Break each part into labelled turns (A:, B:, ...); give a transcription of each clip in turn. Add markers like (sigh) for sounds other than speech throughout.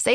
A: Say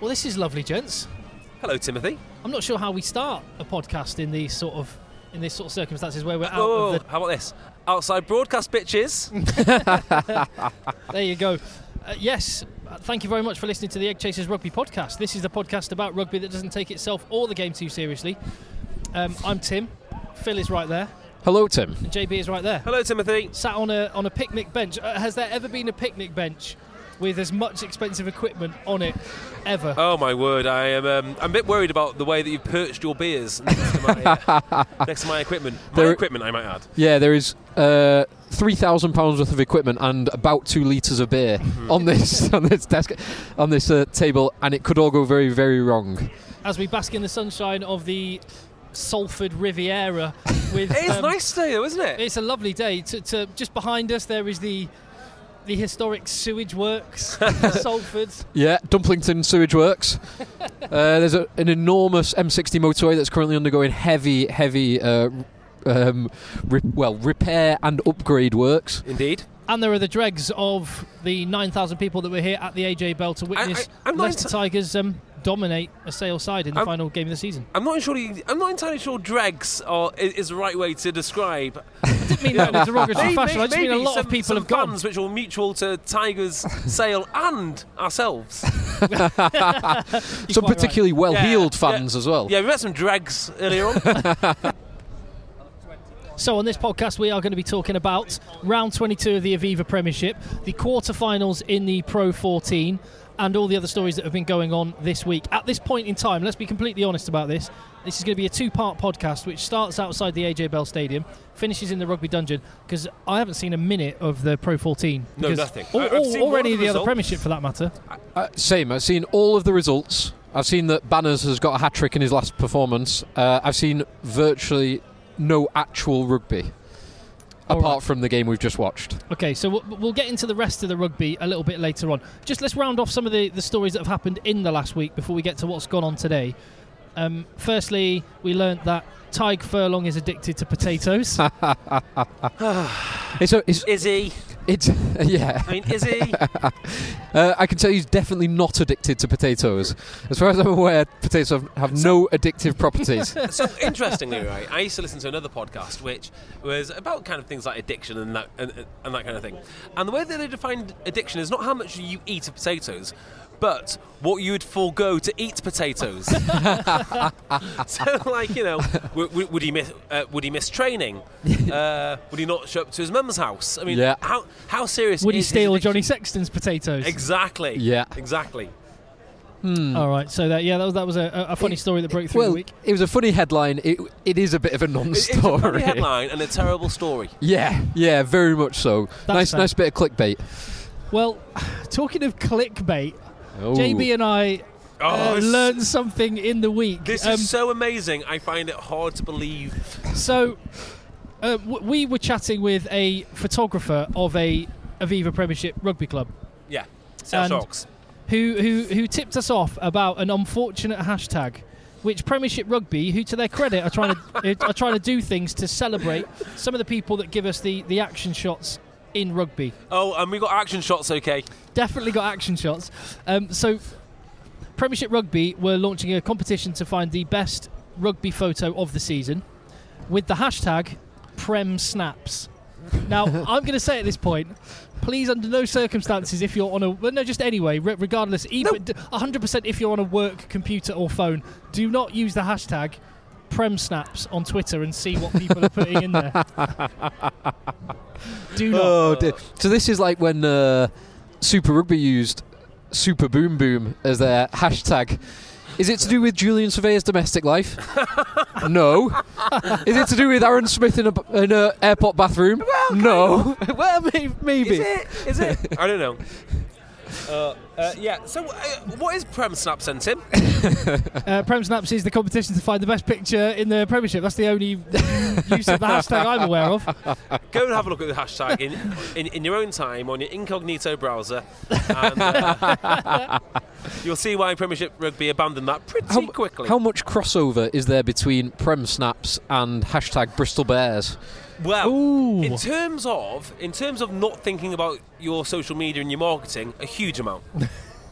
B: Well, this is lovely, gents.
C: Hello, Timothy.
B: I'm not sure how we start a podcast in these sort of in these sort of circumstances where we're out
C: Whoa, whoa,
B: of
C: whoa. Oh, How about this? Outside
B: (laughs)
C: broadcast bitches.
B: the. There you go. Uh, yes, uh, thank you very much for listening to the Egg Chasers Rugby Podcast. This is the podcast about rugby that doesn't take itself or the game too seriously. Um, I'm Tim. Phil is right there.
D: Hello, Tim.
B: And JB is right there.
C: Hello, Timothy.
B: Sat on a on a picnic bench. Uh, has there ever been a picnic bench with as much expensive equipment on it ever?
C: Oh my word, I am. Um, I'm a bit worried about the way that you've perched your beers next to my,
B: (laughs)
C: uh, next to my equipment. My
D: There-
C: equipment, I might add.
D: Yeah, there is uh, three thousand pounds worth of equipment and about two liters of beer
C: Mm-hmm.
D: on this (laughs) on this desk on this uh, table, and it could all go very very wrong.
B: As we bask in the sunshine of the Salford Riviera with
C: It is
B: um,
C: nice today, though, isn't it?
B: It's a lovely day. To, to just behind us, there is the the historic sewage
C: (laughs)
B: works, Salford.
D: Yeah, Dumplington Sewage Works. uh, there's a, an enormous M60 motorway that's currently undergoing heavy heavy. Uh, um, re- well, repair and upgrade works.
C: Indeed.
B: And there are the dregs of the 9,000 people that were here at the AJ Bell to witness
C: I- I'm not
B: Leicester
C: enti-
B: Tigers um, dominate a sale side in the
C: I'm-
B: final game of the
C: (laughs)
B: season.
C: I'm not entirely. I'm not entirely sure. Dregs are, i- is the right way to describe.
B: I didn't mean that in a derogatory
C: Maybe-
B: fashion. I just mean a
C: maybe
B: lot
C: some,
B: of people
C: some
B: have gone.
C: fans which are mutual to
B: (laughs)
C: Tigers, Sale, and ourselves.
B: You're
D: Some
B: quite right.
D: particularly well-heeled
C: Yeah,
D: fans as well.
C: Yeah, we met some dregs earlier on.
B: (laughs) So on this podcast, we are going to be talking about round 22 of the Aviva Premiership, the quarterfinals in the Pro 14, and all the other stories that have been going on this week. At this point in time, let's be completely honest about this. This is going to be a two-part podcast, which starts outside the AJ Bell Stadium, finishes in the Rugby Dungeon, because I haven't seen a minute of the Pro 14.
C: No,
B: because-
C: nothing.
B: Or,
C: I- I've
B: or-
C: seen
B: or
C: one of
B: any
C: the
B: of the other
C: results.
B: Premiership, for that matter.
D: Uh, same. I've seen all of the results. I've seen that Banners has got a hat trick in his last performance. Uh, I've seen virtually no actual rugby,
B: All
D: apart
B: right.
D: from the game we've just watched.
B: Okay, so we'll, we'll get into the rest of the rugby a little bit later on. Just let's round off some of the, the stories that have happened in the last week before we get to what's gone on today. Um, firstly, we learnt that Tyg Furlong is addicted to
C: (laughs)
B: potatoes.
D: It's, a, it's,
C: Is he?
D: it's (laughs) yeah.
C: I mean, is he?
D: Uh, I can tell he's definitely not addicted to potatoes. As far as I'm aware, potatoes have, have no addictive properties.
C: so interestingly, right, I used to listen to another podcast which was about kind of things like addiction and that and, and that kind of thing. And the way that they defined addiction is not how much you eat of potatoes, but what you would forego to eat potatoes. (laughs) so, like you know, w- w- would he miss uh, would he miss training? Uh, would he not show up to his mum's house? I mean,
D: Yeah.
C: how how serious
B: Would he
C: is his
B: steal
C: addiction?
B: Johnny Sexton's potatoes?
C: Exactly.
D: Yeah.
C: Exactly.
B: Mm. All right. So that yeah, that was that was a, a (laughs) funny story that broke through
D: well,
B: the week.
D: it was a funny headline. It, it is a bit of a
C: It- It's a
D: non-story.
C: funny headline and a terrible story.
D: (laughs) yeah, yeah, very much so.
B: That's
D: nice,
B: fair.
D: nice bit of clickbait.
B: Well, (sighs) talking of clickbait,
D: Oh.
B: JB and I
C: Oh,
B: uh,
C: it's-
B: learned something in the week.
C: This
B: Um,
C: is so amazing. I find it hard to believe.
B: So, uh, w- we were chatting with a photographer of a Aviva Premiership rugby club
C: Yeah, South
B: And-
C: Sharks.
B: who, who, who tipped us off about an unfortunate hashtag. Which Premiership Rugby, who to their credit are trying to are trying to do things to celebrate some of the people that give us the, the action shots in rugby.
C: Oh, and we got action shots. Okay.
B: definitely got action shots. Um, so, Premiership Rugby were launching a competition to find the best rugby photo of the season with the hashtag Prem Snaps. Now, I'm going to say at this point, please, under no circumstances, if you're on a well, no, just anyway, re- regardless, even 100% if you're on a work computer or phone, do not use the hashtag Prem Snaps on Twitter and see what people are putting in there. do not.
D: Oh, dear. so this is like when uh, Super Rugby used Super Boom Boom as their hashtag. Is it to do with Julian Surveyor's domestic life? no. Is it to do with Aaron Smith in a, b- in a airport bathroom? no. well, may- maybe.
C: Is it? (laughs) I don't know. Uh, uh, yeah. So, uh, what is Prem Snap sent in?
B: Uh, Prem Snaps is the competition to find the best picture in the Premiership. That's the only (laughs) use of the hashtag I'm aware of.
C: Go and have a look at the hashtag in, (laughs) in, in your own time on your incognito browser, and uh, (laughs) you'll see why Premiership Rugby abandoned that pretty
D: How,
C: quickly.
D: how much crossover is there between Prem Snaps and hashtag Bristol Bears?
C: well,
B: Ooh.
C: in terms of in terms of not thinking about your social media and your marketing, a huge amount,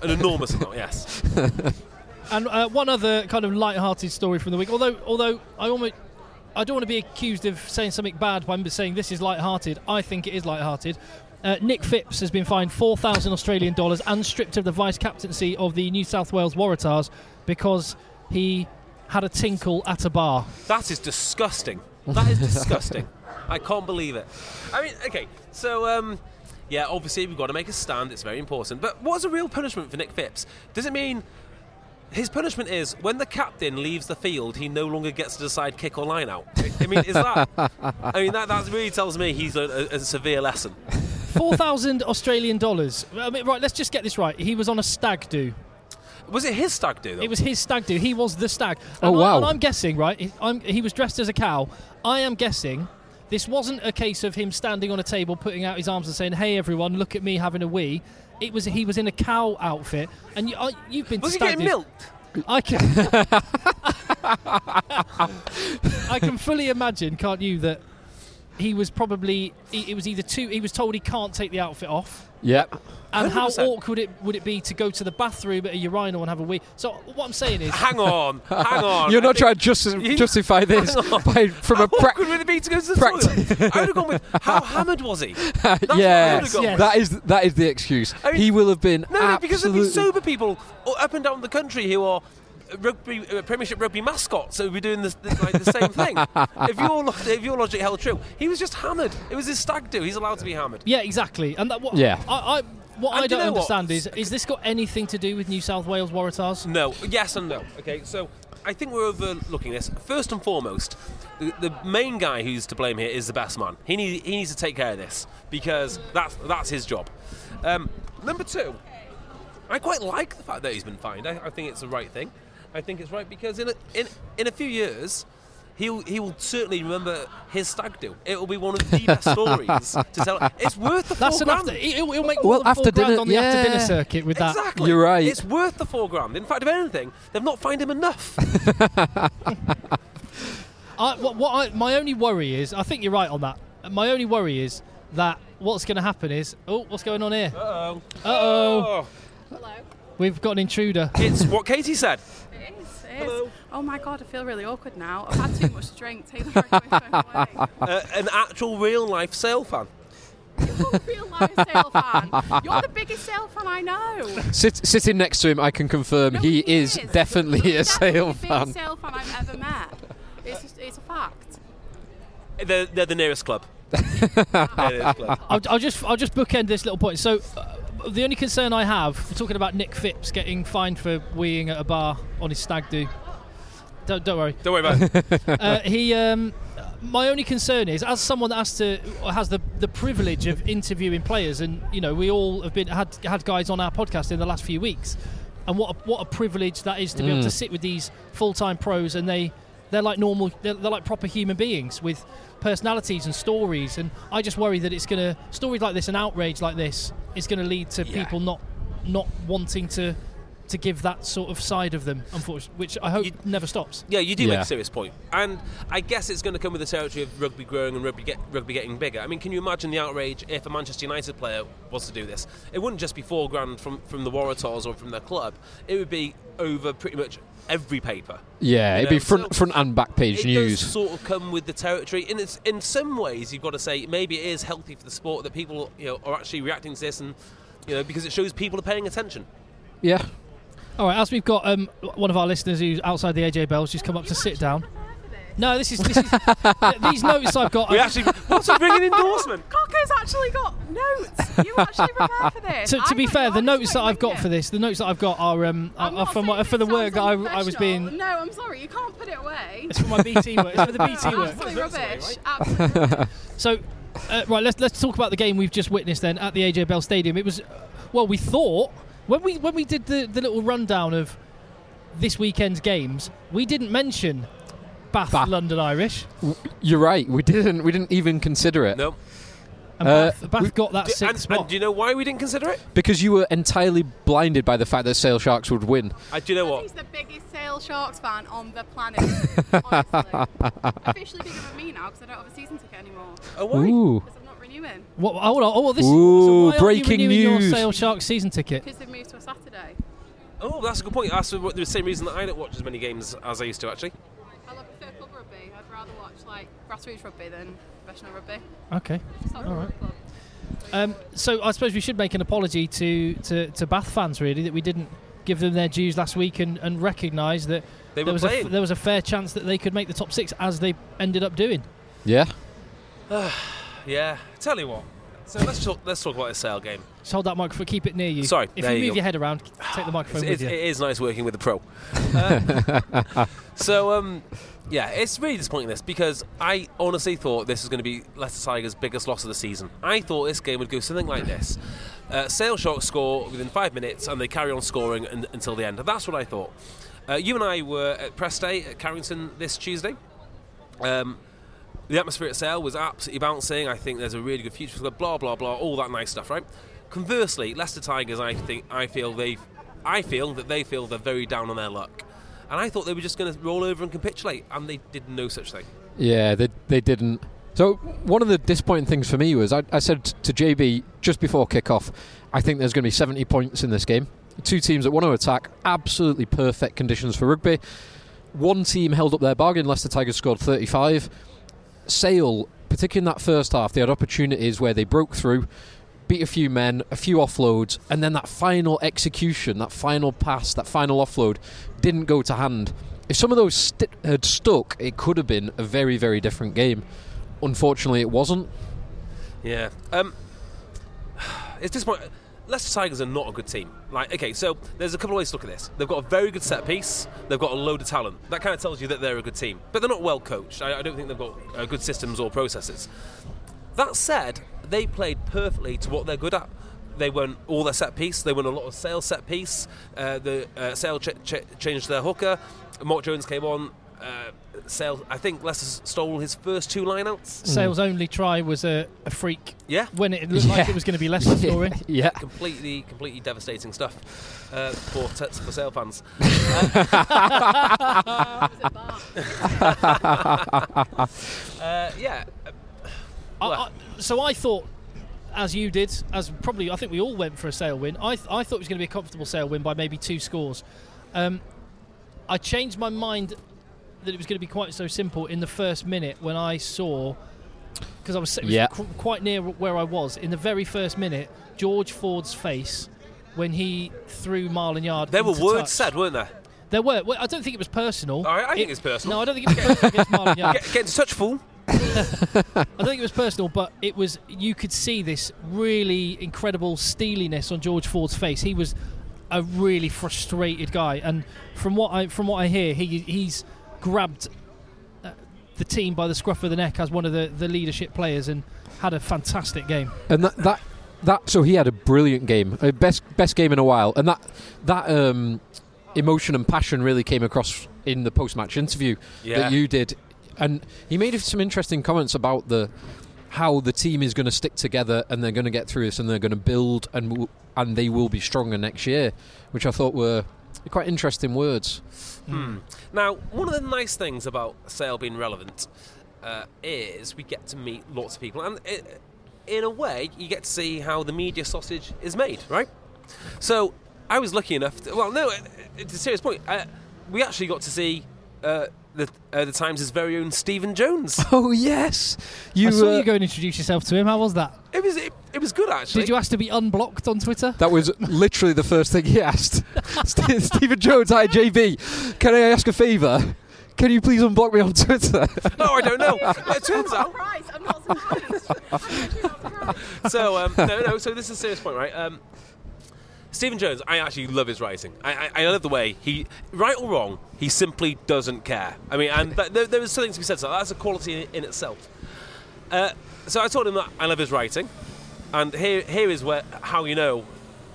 C: an enormous amount. Yes.
B: And uh, one other kind of light-hearted story from the week. Although, although I almost, I don't want to be accused of saying something bad by saying this is light-hearted. I think it is light-hearted. Uh, Nick Phipps has been fined four thousand Australian dollars and stripped of the vice captaincy of the New South Wales Waratahs because he had a tinkle at a bar. (laughs)
C: That is disgusting. That is disgusting. I can't believe it. I mean, okay, so um, yeah, obviously we've got to make a stand. It's very important. But what's a real punishment for Nick Phipps? Does it mean his punishment is when the captain leaves the field, he no longer gets to decide kick or line out? I- I mean, is that? I mean, that, that really tells me he's learned a, a severe lesson.
B: Four thousand Australian dollars. I mean, right, let's just get this right. He was on a stag do.
C: Was it his stag do? Though?
B: It was his stag do. He was the stag.
D: Oh,
B: And I,
D: wow.
B: and I'm guessing, right? he- I'm, he was dressed as a cow. I am guessing this wasn't a case of him standing on a table, putting out his arms and saying, "Hey, everyone, look at me having a wee." It was he was in a cow outfit, and you, I, you've been to
C: Was he
B: stag
C: getting
B: do.
C: milked?
B: I
D: (laughs)
B: can. I can fully imagine, can't you, that he was probably he, it was either too he was told he can't take the outfit off.
D: Yep.
B: And how
C: 100%.
B: awkward it would it be to go to the bathroom at a urinal and have a wee? So what I'm saying is,
C: Hang on, hang on.
D: You're
C: I
D: not
C: think-
D: trying to justi-
C: You-
D: justify this
C: Hang on.
D: by, from a
C: How
D: prac-
C: awkward would it be to go to the
D: prac-
C: toilet? I would have gone with how hammered was
D: (laughs)
C: he? That's what I
D: yeah,
C: would've gone
B: Yes.
C: with.
D: that is that is the excuse.
C: I mean-
D: he will have been
C: No, no, because there'd
D: absolutely
C: be sober people all up and down the country who are rugby uh, Premiership rugby mascots, so we're doing this, this, like, the same thing. if your lo- if your logic held true, he was just hammered. It was his stag do. He's allowed to be hammered.
B: Yeah, exactly. And that, what,
D: Yeah.
B: I, I, what
C: And
B: I
C: do you
B: don't
C: know what?
B: understand is, is this got anything to do with New South Wales Waratahs?
C: No, yes and no. Okay, so I think we're overlooking this. First and foremost, the, the main guy who's to blame here is the best man. He needs he needs to take care of this because that's that's his job. Um, number two, I quite like the fact that he's been fined. I, I think it's the right thing. I think it's right because in a, in in a few years. He'll, he will certainly remember his stag do. It will be one of
B: (laughs)
C: the best stories to tell. It's worth the four
B: That's enough.
C: grand.
B: To, it'll, it'll make
D: Well,
B: more than four
D: after
B: grand
D: dinner-
B: on the after dinner
D: yeah.
B: circuit with that.
C: Exactly.
D: You're right.
C: It's worth the four grand. In fact, if anything, they've not fined him enough.
B: I, what, what I, my only worry is, I think you're right on that. My only worry is that what's going to happen is, oh, what's going on here?
C: Uh-oh.
B: Uh-oh. We've got an intruder.
C: It's what Katie said.
E: It is, it is.
C: Hello.
E: Oh my god, I feel really awkward now. I've had too much to drink. Taylor, I'm going
D: (laughs)
E: away.
C: Uh, an actual real life sale fan.
E: You're a real life sale fan. You're the biggest sale fan I know.
D: Sit, sitting next to him, I can confirm
E: No,
D: he is definitely a
E: He's definitely
D: sale
E: the biggest
D: fan.
E: sale fan I've ever met. It's, just, it's a fact.
C: They're, they're the nearest club. They're the nearest club.
B: I'll, I'll just I'll just bookend this little point. So, uh, the only concern I have, we're talking about Nick Phipps getting fined for weeing at a bar on his stag do. Don't, don't worry.
C: Don't worry about it.
B: Uh, he, um, my only concern is, as someone that has to has the, the privilege of interviewing players, and you know, we all have been had had guys on our podcast in the last few weeks, and what a, what a privilege that is to be able to
C: Mm.
B: sit with these full time pros, and they they're like normal, they're, they're like proper human beings with personalities and stories, and I just worry that it's gonna stories like this and outrage like this is gonna lead to
C: Yeah.
B: people not not wanting to. To give that sort of side of them, unfortunately, which I hope
C: You-
B: never stops.
C: Yeah, you do make
D: Yeah.
C: a serious point, and I guess it's going to come with the territory of rugby growing and rugby, get, rugby getting bigger. I mean, can you imagine the outrage if a Manchester United player was to do this? It wouldn't just be four grand from from the Waratahs or from their club. It would be over pretty much every paper.
D: Yeah,
C: You
D: it'd
C: know,
D: be front
C: so-
D: front and back page
C: it
D: news.
C: does sort of come with the territory, and it's in some ways you've got to say maybe it is healthy for the sport that people you know are actually reacting to this, and you know because it shows people are paying attention.
D: yeah,
B: All right, as we've got um, one of our listeners who's outside the AJ Bell's just come up to sit down. No, this is, this
E: (laughs)
B: is th- these notes I've got.
C: We
B: are-
C: actually (laughs) what's a bringing endorsement?
E: Cocker's actually got notes. You actually prepare for this.
B: to, to
E: I'm
B: be
E: not
B: fair, the
E: honest,
B: notes that
E: like,
B: I've got
E: yeah.
B: for this, the notes that I've got are um are, are
E: I'm not
B: from
E: saying
B: my, for
E: it
B: the work that I,
E: sounds
B: I was
E: unprofessional.
B: being.
E: No, I'm sorry, you can't put it away.
B: It's for my BT work. It's for the
E: (laughs)
B: BT work.
E: Absolute
C: That's okay,
E: rubbish.
C: right?
E: Absolute
B: So, uh, right, let's let's talk about the game we've just witnessed then at the AJ Bell Stadium. It was, uh, well, we thought when we when we did the, the little rundown of this weekend's games, we didn't mention Bath,
D: Bath.
B: London Irish,
D: you're right. We didn't we didn't even consider
C: (laughs)
D: it
C: No,
B: and
D: Uh,
B: Bath, Bath
D: we-
B: got that
C: Do-
B: sixth
C: and,
B: spot.
C: and do you know why we didn't consider it?
D: because you were entirely blinded by the fact that Sale Sharks would win.
C: I do you know what?
E: He's the biggest Sale Sharks fan on the planet.
C: (laughs)
E: honestly. Officially bigger than me now because I don't have a season ticket anymore
C: Oh, why?
D: Ooh,
E: because I'm not renewing
B: What, hold on. Oh, well, this.
D: Ooh,
B: so why aren't
D: breaking
B: you renewing
D: news.
B: Your Sale Shark season ticket.
E: because they've moved to a Saturday.
C: Oh, that's a good point. That's the the same reason that I don't watch as many games as I used to, actually.
E: I love prefer club rugby. I'd rather watch like grassroots rugby than professional rugby.
B: Okay.
E: It's not
B: Alright.
E: a club.
B: Um, so I suppose we should make an apology to, to, to Bath fans really that we didn't give them their dues last week and, and recognise that
C: They
B: there
C: were
B: was a f-
C: playing.
B: there was a fair chance that they could make the top six as they ended up doing.
D: yeah.
C: Yeah. Tell you what. So let's talk, let's talk about the sale game.
B: Just hold that microphone. Keep it near you.
C: Sorry,
B: If
C: there
B: you
C: you
B: move
C: go.
B: your head around, take the microphone
C: It's,
B: with
C: it's,
B: you.
C: it is nice working with a pro. Uh,
B: (laughs)
C: so um, yeah, it's really disappointing this because I honestly thought this was going to be Leicester Tigers' biggest loss of the season. I thought this game would go something like this: uh, Sale Sharks score within five minutes and they carry on scoring un until the end. That's what I thought. Uh, you and I were at press day at Carrington this Tuesday. Um, the atmosphere at Sale was absolutely bouncing. I think there's a really good future for the blah blah blah, all that nice stuff, right? Conversely, Leicester Tigers, I think I feel they, I feel that they feel they're very down on their luck, and I thought they were just going to roll over and capitulate, and they did no such thing.
D: Yeah, they they didn't. So one of the disappointing things for me was I, I said t- to JB just before kickoff, I think there's going to be 70 points in this game. Two teams that want to attack, absolutely perfect conditions for rugby. One team held up their bargain. Leicester Tigers scored 35. Sale, particularly in that first half, they had opportunities where they broke through, beat a few men, a few offloads, and then that final execution, that final pass, that final offload didn't go to hand. If some of those sti had stuck, it could have been a very, very different game. Unfortunately, it wasn't.
C: Yeah. Um, (sighs) it's disappointing. Leicester Tigers are not a good team. Like, okay, so there's a couple of ways to look at this. They've got a very good set piece. They've got a load of talent. That kind of tells you that they're a good team, but they're not well coached. I, I don't think they've got uh, good systems or processes. That said, they played perfectly to what they're good at. They won all their set piece. They won a lot of sale set piece. Uh, the uh, sale ch- ch- changed their hooker. Mark Jones came on. Uh, sale, I think Leicester stole his first two lineouts.
B: Sale's only try was a, a freak
C: Yeah,
B: when it looked like
D: Yeah.
B: it was going to be Leicester scoring.
D: (laughs) yeah.
C: completely, completely devastating stuff uh, for t- for sale fans.
E: It was at Bath.
C: (laughs) Uh, yeah, uh,
B: I, I,
C: Well-
B: so I thought, as you did, as probably I think we all went for a sale win. I, th- I thought it was going to be a comfortable sale win by maybe two scores. Um, I changed my mind that it was going to be quite so simple in the first minute when I saw because I was, it was
D: Yeah.
B: qu- quite near where I was in the very first minute. George Ford's face when he threw Marlon Yard.
C: there were
B: into
C: words
B: touch.
C: said, weren't there?
B: There were. Well, I don't think it was personal.
C: I- I think
B: It-
C: it's personal. (laughs)
B: No, I don't think it was personal against Marlon Yard.
C: Get, get in touch, fool.
B: I don't think it was personal, but it was. You could see this really incredible steeliness on George Ford's face. He was a really frustrated guy, and from what I from what I hear, he he's grabbed uh, the team by the scruff of the neck as one of the, the leadership players and had a fantastic game.
D: and that that that so he had a brilliant game, uh, best best game in a while, and that that um, emotion and passion really came across in the post match interview
C: Yeah.
D: that you did, and he made some interesting comments about the how the team is going to stick together and they're going to get through this and they're going to build and w- and they will be stronger next year, which I thought were quite interesting words.
C: Now, one of the nice things about Sale being relevant uh, is we get to meet lots of people, and it, in a way, you get to see how the media sausage is made, right? So, I was lucky enough. To, well, no, it- it's a serious point. Uh, we actually got to see uh, the uh, the Times' very own Stephen Jones.
D: Oh yes, you.
B: I saw
D: uh,
B: you go and introduce yourself to him. How was that?
C: it was it, it was good actually.
B: Did you ask to be unblocked on Twitter?
D: That was literally the first thing he
B: (laughs)
D: asked. Ste Stephen Jones, hi JB. Can I ask a favour? Can you please unblock me on Twitter? (laughs)
C: oh, I don't know. But it turns out
E: Surprised. I'm not surprised. (laughs) I'm actually not surprised.
C: so um, no, no. So this is a serious point, right? Um, Stephen Jones, I actually love his writing. I, I, I love the way he, right or wrong, he simply doesn't care. I mean, and that, there, there is something to be said. So that's a quality in, in itself. Uh, so I told him that I love his writing, and here here is where how you know,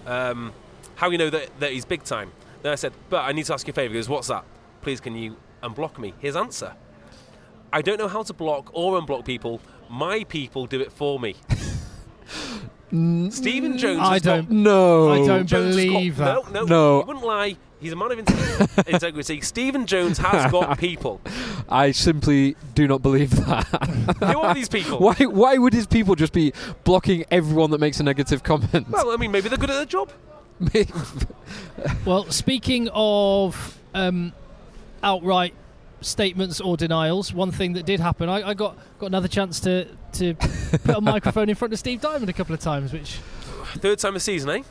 C: um, how you know that, that he's big time. Then I said, but I need to ask you a favour. He goes, what's that? Please, can you unblock me? His answer. I don't know how to block or unblock people. My people do it
B: (laughs)
C: for me. Stephen Jones.
B: I
C: has got-
B: don't-
D: no.
B: I don't
C: Jones has got-
B: believe that.
C: No, no,
D: No.
C: You wouldn't lie. He's a man of
D: (laughs)
C: inte- integrity. Stephen Jones has got people.
D: I simply do not believe that.
B: (laughs)
C: Who are these people?
D: Why, why would his people just be blocking everyone that makes a negative comment?
C: Well, I mean, maybe they're good at their job.
B: Well, speaking of um, outright statements or denials, one thing that did happen, I, I got got another chance to to put
C: (laughs)
B: a microphone in front of Steve Diamond a couple of times, which
C: Third time of season, eh?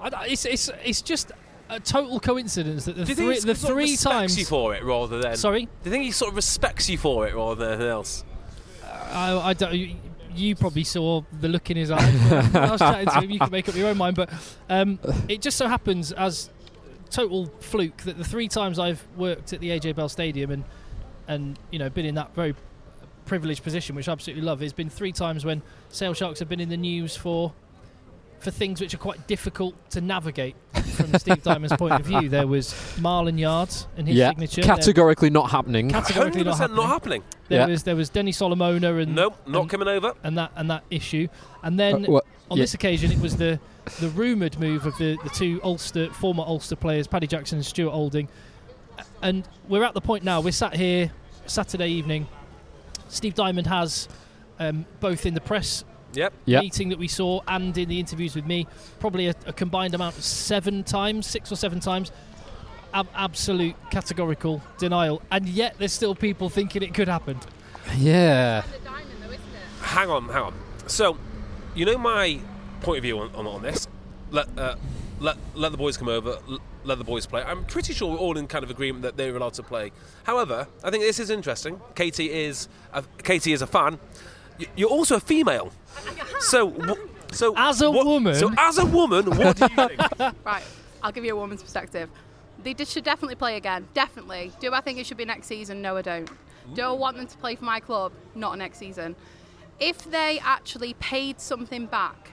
B: I, don't- it's it's it's just a total coincidence that the
C: Do you
B: three
C: think
B: the
C: he sort of
B: three
C: respects
B: times.
C: you for it rather than?
B: Sorry,
C: Do you think he sort of respects you for it rather than anything else?
B: I, I don't. You, you probably saw the look in his eye. when I
D: (laughs)
B: was chatting to him. You can make up your own mind, but um, it just so happens as total fluke that the three times I've worked at the AJ Bell Stadium and and you know been in that very privileged position, which I absolutely love, has been three times when Sale Sharks have been in the news for for things which are quite difficult to navigate
D: (laughs)
B: from Steve Diamond's point of view. There was Marlon Yard and his
D: yeah,
B: signature. There-
D: categorically not happening.
B: categorically not
C: 100%
B: happening.
C: not happening.
B: There
D: Yeah.
B: was there was Denny Solomona and
C: Nope, not
B: and-
C: coming over.
B: and that and that issue. And then
D: Uh, what-
B: on
D: yeah.
B: this occasion, it was the the rumoured move of the the two Ulster former Ulster players, Paddy Jackson and Stuart Holding. And we're at the point now. We're sat here Saturday evening. Steve Diamond has um, both in the press
C: Yep.
D: Yeah.
B: meeting that we saw and in the interviews with me, probably a, a combined amount of seven times, six or seven times. Ab- absolute categorical denial, and yet there's still people thinking it could happen.
D: Yeah.
E: The diamond, though, isn't it?
C: Hang on, hang on. So, you know my point of view on, on, on this. Let, uh, let let the boys come over. l- Let the boys play. I'm pretty sure we're all in kind of agreement that they're allowed to play. However, I think this is interesting. Katie is a, Katie is a fan. Y- You're also a female. So w- so
B: As a
C: what-
B: woman-
C: So as a woman, what do you think?
E: Right, I'll give you a woman's perspective. They did, should definitely play again. Definitely. Do I think it should be next season? No, I don't. Do I want them to play for my club? Not next season. If they actually paid something back,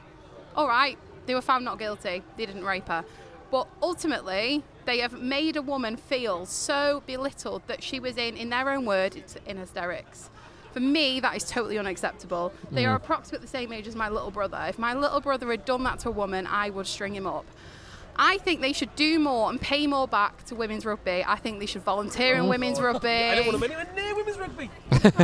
E: all right, they were found not guilty. They didn't rape her. But ultimately, they have made a woman feel so belittled that she was in, in their own word, it's in hysterics. For me, that is totally unacceptable. They are approximately the same age as my little brother. If my little brother had done that to a woman, I would string him up. I think they should do more and pay more back to women's rugby. I think they should volunteer in women's rugby.
C: Oh. (laughs) I don't want them anywhere near women's rugby.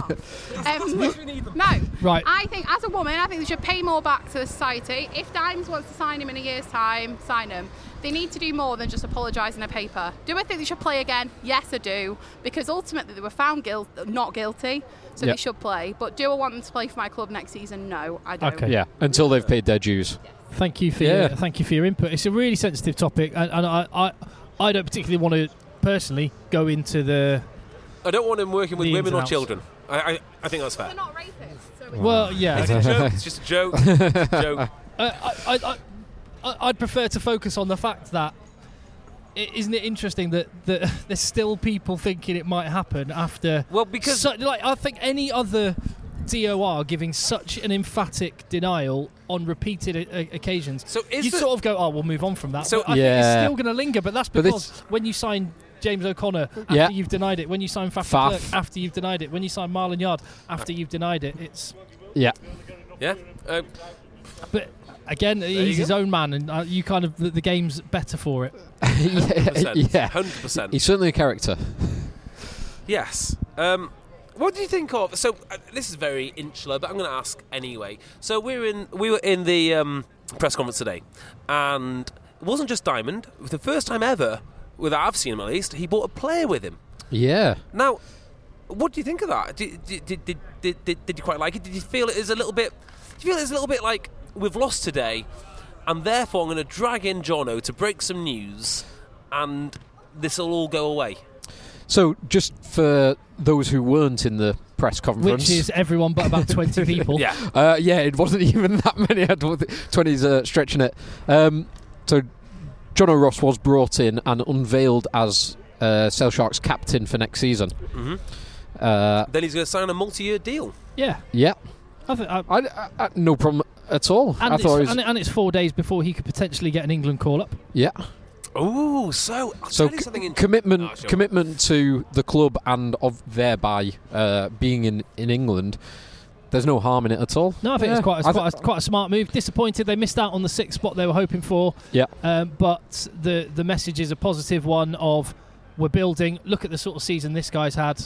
E: Um,
C: we need them.
E: (laughs) no.
B: Right.
E: I think as a woman, I think they should pay more back to the society. If Dimes wants to sign him in a year's time, sign him. They need to do more than just apologise in a paper. Do I think they should play again? Yes, I do. Because ultimately they were found guilt, not guilty, so
D: Yeah.
E: they should play. But do I want them to play for my club next season? No, I don't.
B: Okay.
D: Yeah, until they've paid their dues.
B: Thank you for
D: Yeah.
B: your, thank you for your input. It's a really sensitive topic, and, and I, I I don't particularly want to personally go into the
C: I don't want him working with
B: The ins
C: women
B: and
C: or
B: outs.
C: children. I, I, I think that's fair.
E: They're not rapists. So it's
B: Well, yeah.
C: It's a joke. It's just a joke. It's
B: (laughs)
C: a joke.
B: I, I, I, I'd prefer to focus on the fact that i- isn't it interesting that, that (laughs) there's still people thinking it might happen after.
C: Well, because-
B: su- like I think any other DOR giving such an emphatic denial on repeated o- o- occasions,
C: So is
B: you
C: the-
B: sort of go, oh, we'll move on from that.
C: So-
B: So I think it's
D: Yeah.
B: still going to linger, but that's
D: But
B: because
D: it's-
B: when you sign. James O'Connor, after
D: Yeah.
B: you've denied it. When you sign Faf,
D: Faf.
B: de Klerk, after you've denied it. When you sign Marlon Yard, after you've denied it. It's
D: Yeah.
C: Yeah. Uh,
B: but again,
C: you
B: he's
C: go.
B: his own man, and uh, you kind of the, the game's better for it.
D: (laughs) yeah.
C: percent.
D: yeah.
C: Hundred percent.
D: He's certainly a character.
C: Yes. Um, what do you think of? So uh, this is very insular, but I'm going to ask anyway. So we're in, we were in the um, press conference today, and it wasn't just Diamond. It was the first time ever, with I've seen him at least, he brought a player with him.
D: Yeah.
C: Now, what do you think of that? Did, did, did, did, did, did, did you quite like it? Did you feel it is a little bit? Do you feel it's a little bit like we've lost today, and therefore I'm going to drag in Jono to break some news, and this will all go away.
D: So, just for those who weren't in the press
B: which
D: conference,
B: is everyone but about
C: (laughs)
B: 20 people.
C: Yeah.
D: Uh, yeah, it wasn't (laughs) even that many. I don't think 20's uh, stretching it. Um, so, John O'Ross was brought in and unveiled as uh, Cell Sharks captain for next season.
C: Mm-hmm.
D: Uh,
C: Then he's going to sign a multi-year deal.
B: Yeah.
D: yeah,
B: I think, I,
D: I, I, I- no problem at all.
B: and,
D: I
B: it's,
D: thought it was,
B: and, it- and it's four days before he could potentially get an England call up.
D: yeah.
C: Oh, so I'll
D: So
C: tell you something
D: c-
C: in-
D: commitment,
C: Ah, sure.
D: commitment to the club and of thereby uh, being in, in England. There's no harm in it at all.
B: No, I think
D: Yeah.
B: it's quite a,
D: I thi-
B: quite, a, quite a smart move. Disappointed they missed out on the sixth spot they were hoping for,
D: yeah.
B: um, but the, the message is a positive one of we're building. Look at the sort of season this guy's had.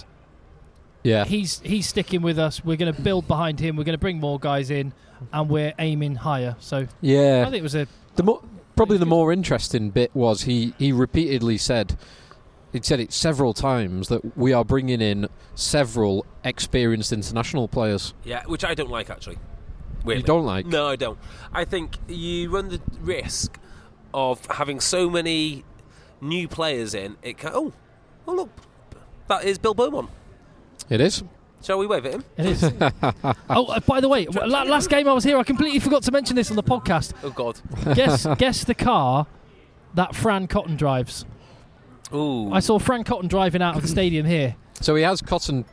D: Yeah.
B: He's he's sticking with us. We're going to build behind him. We're going to bring more guys in, and we're aiming higher. So
D: yeah.
B: I think it was a
D: The mo- probably the more interesting bit was he, he repeatedly said, he said it several times that we are bringing in several experienced international players.
C: Yeah, which I don't like actually. Weirdly.
D: don't like?
C: No, I don't. I think you run the risk of having so many new players in. It can. Oh, well, look, that is Bill Beaumont.
D: It is.
C: Shall we wave at him?
B: It
D: (laughs)
B: is. oh, uh, by the way, w- la- last game I was here, I completely forgot to mention this on the podcast.
C: Oh God.
D: (laughs)
B: Guess, guess the car that Fran Cotton drives.
C: Ooh.
B: I saw Fran Cotton driving out of the stadium here.
D: So he has cotton.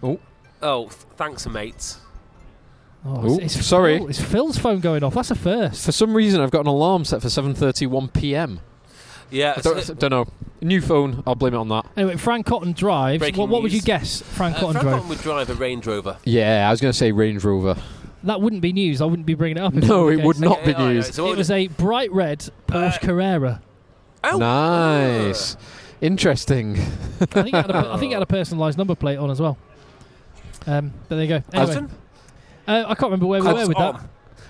D: Oh,
C: oh, th- thanks, mate.
B: Oh,
D: Ooh, sorry.
B: Phil- it's Phil's phone going off. That's a first.
D: for some reason I've got an alarm set for 7:31 p.m.
C: Yeah.
D: I
C: so-
D: don't, don't know. New phone. I'll blame it on that.
B: Anyway, Fran Cotton drives.
C: Breaking
B: What, what would you
C: news.
B: guess Fran
C: uh,
B: Cotton
C: Frank
B: drove?
C: Cotton would drive a Range Rover.
D: Yeah, I was going to say Range (laughs) Rover.
B: That wouldn't be news. I wouldn't be bringing it up. if
D: No,
B: were the
D: it would
B: case.
D: not be
C: Yeah, all right,
D: news.
C: so what
B: It
C: would Uh,
B: was a bright red Porsche Carrera.
C: Oh,
D: Nice. Interesting.
B: I think, it had a, per- I think it had
C: (laughs)
B: a personalised number plate on as well. Um, but there you go. Anyway,
C: Cotton?
B: uh, I can't remember where we were
C: Cotton.
B: with that.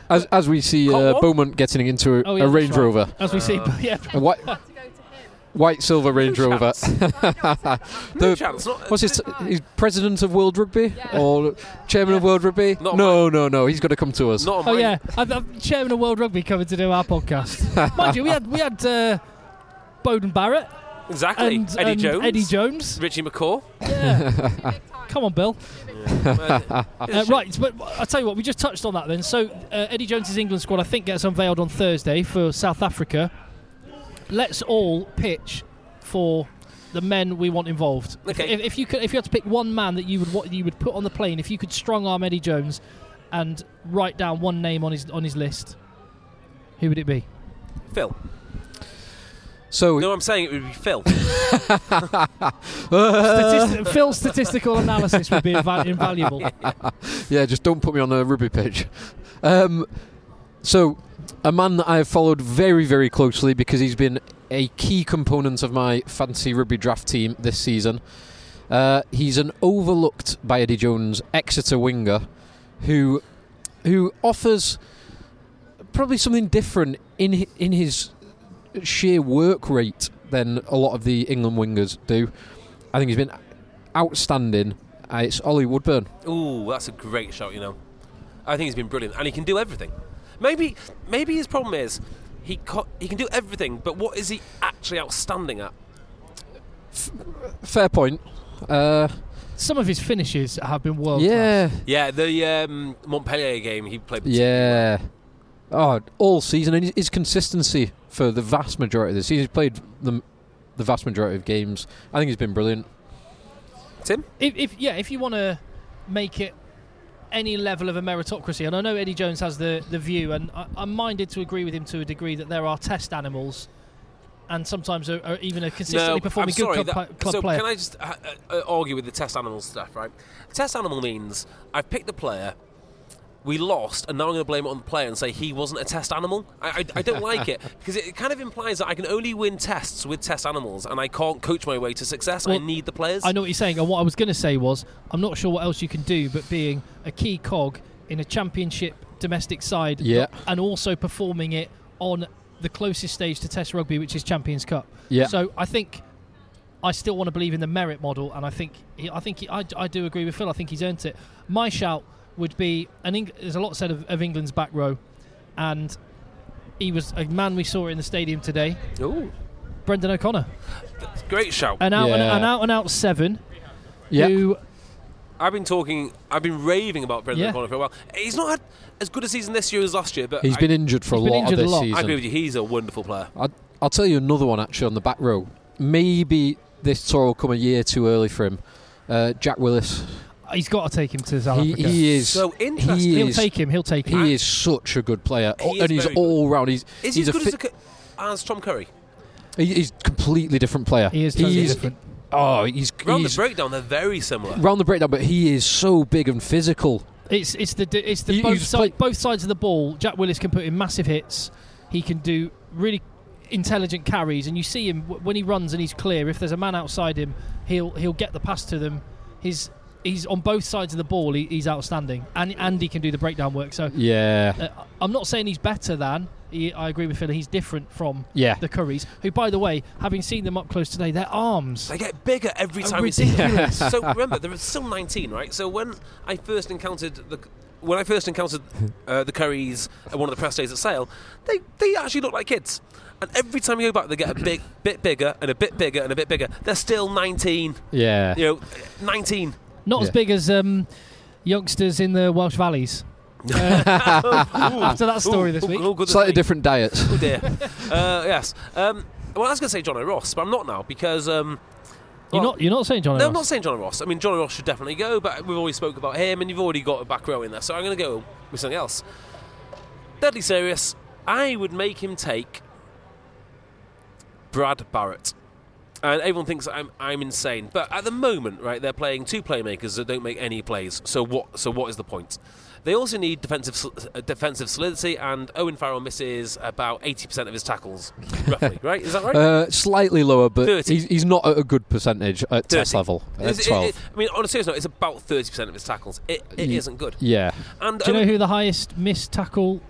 D: As, as we see
C: Come
D: uh,
C: on.
D: Beaumont getting into a,
B: Oh, yeah,
D: a
B: that's
D: Range
B: right.
D: Rover,
B: As we
C: Uh.
B: see, (laughs) yeah,
C: (laughs)
D: a white,
E: to go to him.
D: white silver Range Rover. (laughs)
C: chance. No
D: The-
C: chance. Not,
D: What's his? He's president of World Rugby
E: Yeah.
D: or chairman of World Rugby?
C: Not
D: no, no, no. He's got to come to us.
C: Not on
B: Oh
C: mine.
B: yeah, I, I'm chairman of World Rugby coming to do our
D: (laughs)
B: podcast. Mind you, we had we had uh, Bowden Barrett
C: Exactly.
B: and
C: Eddie
B: and
C: Jones.
B: Eddie Jones.
C: Richie McCaw.
B: Come on, Bill.
C: Uh,
B: Uh, right, but I tell you what, we just touched on that then. So uh, Eddie Jones's England squad, I think, gets unveiled on Thursday for South Africa. Let's all pitch for the men we want involved. If-
C: Okay.
B: If, if you could, if you had to pick one man that you would what you would put on the plane, if you could strong arm Eddie Jones and write down one name on his on his list, who would it be?
C: Phil.
D: So
C: No, I'm saying it would be Phil.
D: Uh, (laughs)
B: Statistic, Phil's statistical analysis would be inva- invaluable.
D: yeah, just don't put me on a rugby pitch. Um, so a man that I have followed very, very closely because he's been a key component of my fantasy rugby draft team this season. Uh, he's an overlooked by Eddie Jones Exeter winger who who offers probably something different in hi- in his sheer work rate than a lot of the England wingers do. I think he's been outstanding. Uh, it's Ollie Woodburn.
C: Ooh, that's a great shot, you know. I think he's been brilliant, and he can do everything. Maybe, maybe his problem is he co- he can do everything, but what is he actually outstanding at?
D: Fair point. Uh,
B: Some of his finishes have been world
D: yeah,
C: Yeah, the um, Montpellier game he played. particularly
D: yeah. Oh, all season and his- his consistency for the vast majority of the season. He's played the the vast majority of games. I think he's been brilliant.
C: well. Tim,
B: if, if yeah, if you want to make it any level of a meritocracy, and I know Eddie Jones has the the view, and I, I'm minded to agree with him to a degree that there are test animals, and sometimes are, are even a consistently
C: no,
B: performing
C: I'm
B: good
C: sorry,
B: club,
C: that-
B: pla- club
C: so
B: player.
C: can I just uh, uh, argue with the test animal stuff? Right, test animal means I've picked a player. We lost, and now I'm going to blame it on the player and say he wasn't a test animal. I, I, I don't like
B: (laughs)
C: it because it kind of implies that I can only win tests with test animals, and I can't coach my way to success. I
B: Well,
C: need the players.
B: I know what you're saying, and what I was going to say was, I'm not sure what else you can do, but being a key cog in a championship domestic side,
D: Yeah.
B: and also performing it on the closest stage to Test rugby, which is Champions Cup.
D: Yeah.
B: So I think I still want to believe in the merit model, and I think he, I think he, I, I do agree with Phil. I think he's earned it. My shout would be an. Eng- there's a lot said of, of England's back row, and he was a man we saw in the stadium today,
C: Ooh,
B: Brendan O'Connor,
C: great shout!
B: an out and,
D: Yeah.
B: an out and out seven.
D: Yeah,
B: Who
C: I've been talking, I've been raving about Brendan
B: Yeah.
C: O'Connor for a while. He's not had as good a season this year as last year, but
D: he's
C: I,
D: been injured for
B: He's
D: a
B: been
D: lot
B: injured
D: of
B: a
D: this
B: lot. I
D: season.
C: I agree with you. He's a wonderful player.
B: Oh,
D: I'll, I'll tell you another one actually on the back row. Maybe this tour will come a year too early for him. Uh, Jack Willis,
B: He's got to take him to South
D: he,
B: Africa.
D: he is
C: So interesting.
D: He
B: he'll
D: is,
B: take him. He'll take him.
D: He is such a good player,
C: He is
D: and he's
C: very good.
D: all round. He's
C: Is he as
D: he's a
C: good as,
D: fit-
C: a, co- as Tom Curry?
D: he- he's a completely different player.
B: He is totally
D: He's-
B: different.
D: Oh, he's
C: Round the
D: he's-
C: breakdown, they're very similar.
D: round the breakdown, but he is so big and physical.
B: It's it's the it's the
D: You- you
B: both,
D: just
B: si-
D: play-
B: both sides of the ball. Jack Willis can put in massive hits. He can do really intelligent carries, and you see him w- when he runs and he's clear. If there's a man outside him, he'll he'll get the pass to them. He's he's on both sides of the ball. He, he's outstanding, and and he can do the breakdown work. So.
D: Yeah,
B: Uh, I'm not saying he's better than. He, I agree with Phil. He's different from
D: Yeah.
B: the Curries, who, by the way, having seen them up close today, their arms
C: They get bigger every
B: Are
C: time we see them.
B: ridiculous.
C: so remember, they're still 19, right? So when I first encountered the when I first encountered uh, the Currys at one of the press days at Sale, they they actually look like kids. And every time you go back, they get a big (clears throat) bit bigger and a bit bigger and a bit bigger. They're still 19.
D: yeah.
C: You know, (laughs) 19.
B: Not as
D: Yeah.
B: big as um, youngsters in the Welsh valleys. After that story this week.
C: (laughs) Ooh, ooh, good this
D: Slightly
C: week.
D: different diets.
C: Oh dear. uh, yes. Um, well, I was going to say John Ross, but I'm not now because. Um,
B: You're
C: well,
B: not. You're not saying John.
C: No,
B: Ross.
C: I'm not saying John Ross. I mean, John Ross should definitely go, but we've already spoke about him, and you've already got a back row in there. So I'm going to go with something else. Deadly serious. I would make him take Brad Barrett. And everyone thinks I'm I'm insane, but at the moment, right, they're playing two playmakers that don't make any plays. So what? So what is the point? They also need defensive sol- uh, defensive solidity, and Owen Farrell misses about eighty percent of his tackles, roughly. (laughs) right? Is that right?
D: Uh, slightly lower, but
C: 30.
D: he's, he's not at a good percentage at test
C: 30.
D: level. At
C: It's- it-
D: twelve,
C: it- I mean, on a serious note, it's about thirty percent of his tackles. It, it
D: Ye-
C: not good.
D: yeah.
C: And
B: Do you know
C: Owen-
B: who the highest missed tackle,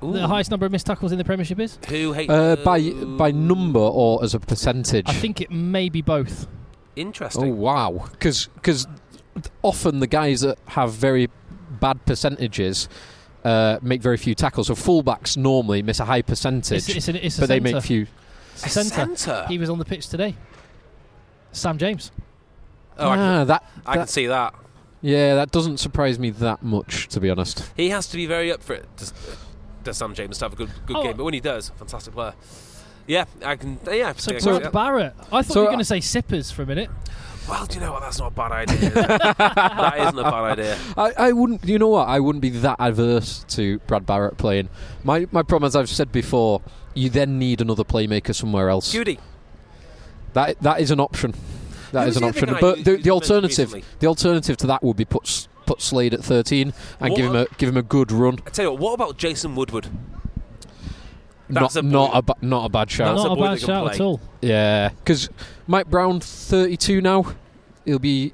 B: the
C: Ooh.
B: highest number of missed tackles in the Premiership is?
C: Who hate?
D: Uh, by by number or as a percentage?
B: I think it may be both.
D: Oh
C: Interesting.
D: wow! Because often the guys that have very bad percentages uh, make very few tackles. So fullbacks normally miss a high percentage,
B: It's, it's, an, it's a
D: but they
B: centre.
D: make few.
B: It's a centre.
C: Centre?
B: oh, He was on the pitch today. Sam James.
C: Oh, I, can,
D: ah, that,
C: I can
D: that-
C: see that.
D: yeah, that doesn't surprise me that much, to be honest.
C: He has to be very up for it. Does, uh, does Sam James to have a good good
B: Oh.
C: game? But when he does, fantastic player. Yeah, I can. Yeah, I can
B: So
C: see- I can see
B: Brad
C: that.
B: Barrett. I thought
D: So
B: you were going
D: I-
B: to say Sippers for a minute.
C: Well, do you know what? That's not a bad idea.
B: (laughs)
C: is it? that isn't a bad idea.
D: I, I wouldn't. You know what? I wouldn't be that adverse to Brad Barrett playing. My my problem, as I've said before, you then need another playmaker somewhere else.
C: Judy.
D: That that is an option. That
C: Who
D: is
C: was
D: an
C: the other
D: option.
C: guy
D: But
C: you-
D: the,
C: you
D: the
C: mentioned
D: alternative,
C: recently?
D: the alternative to that would be put S- put Slade at thirteen and give him a
C: What?
D: give him a good run.
C: I tell you what. What about Jason Woodward?
D: Not
C: That's
D: a
C: a boy.
D: not a ba- not a bad shout.
C: That's
B: not
C: a
B: a
C: boy
B: bad
C: that can
B: shout at
C: play.
B: all.
D: Yeah, because Mike Brown thirty two now. He'll be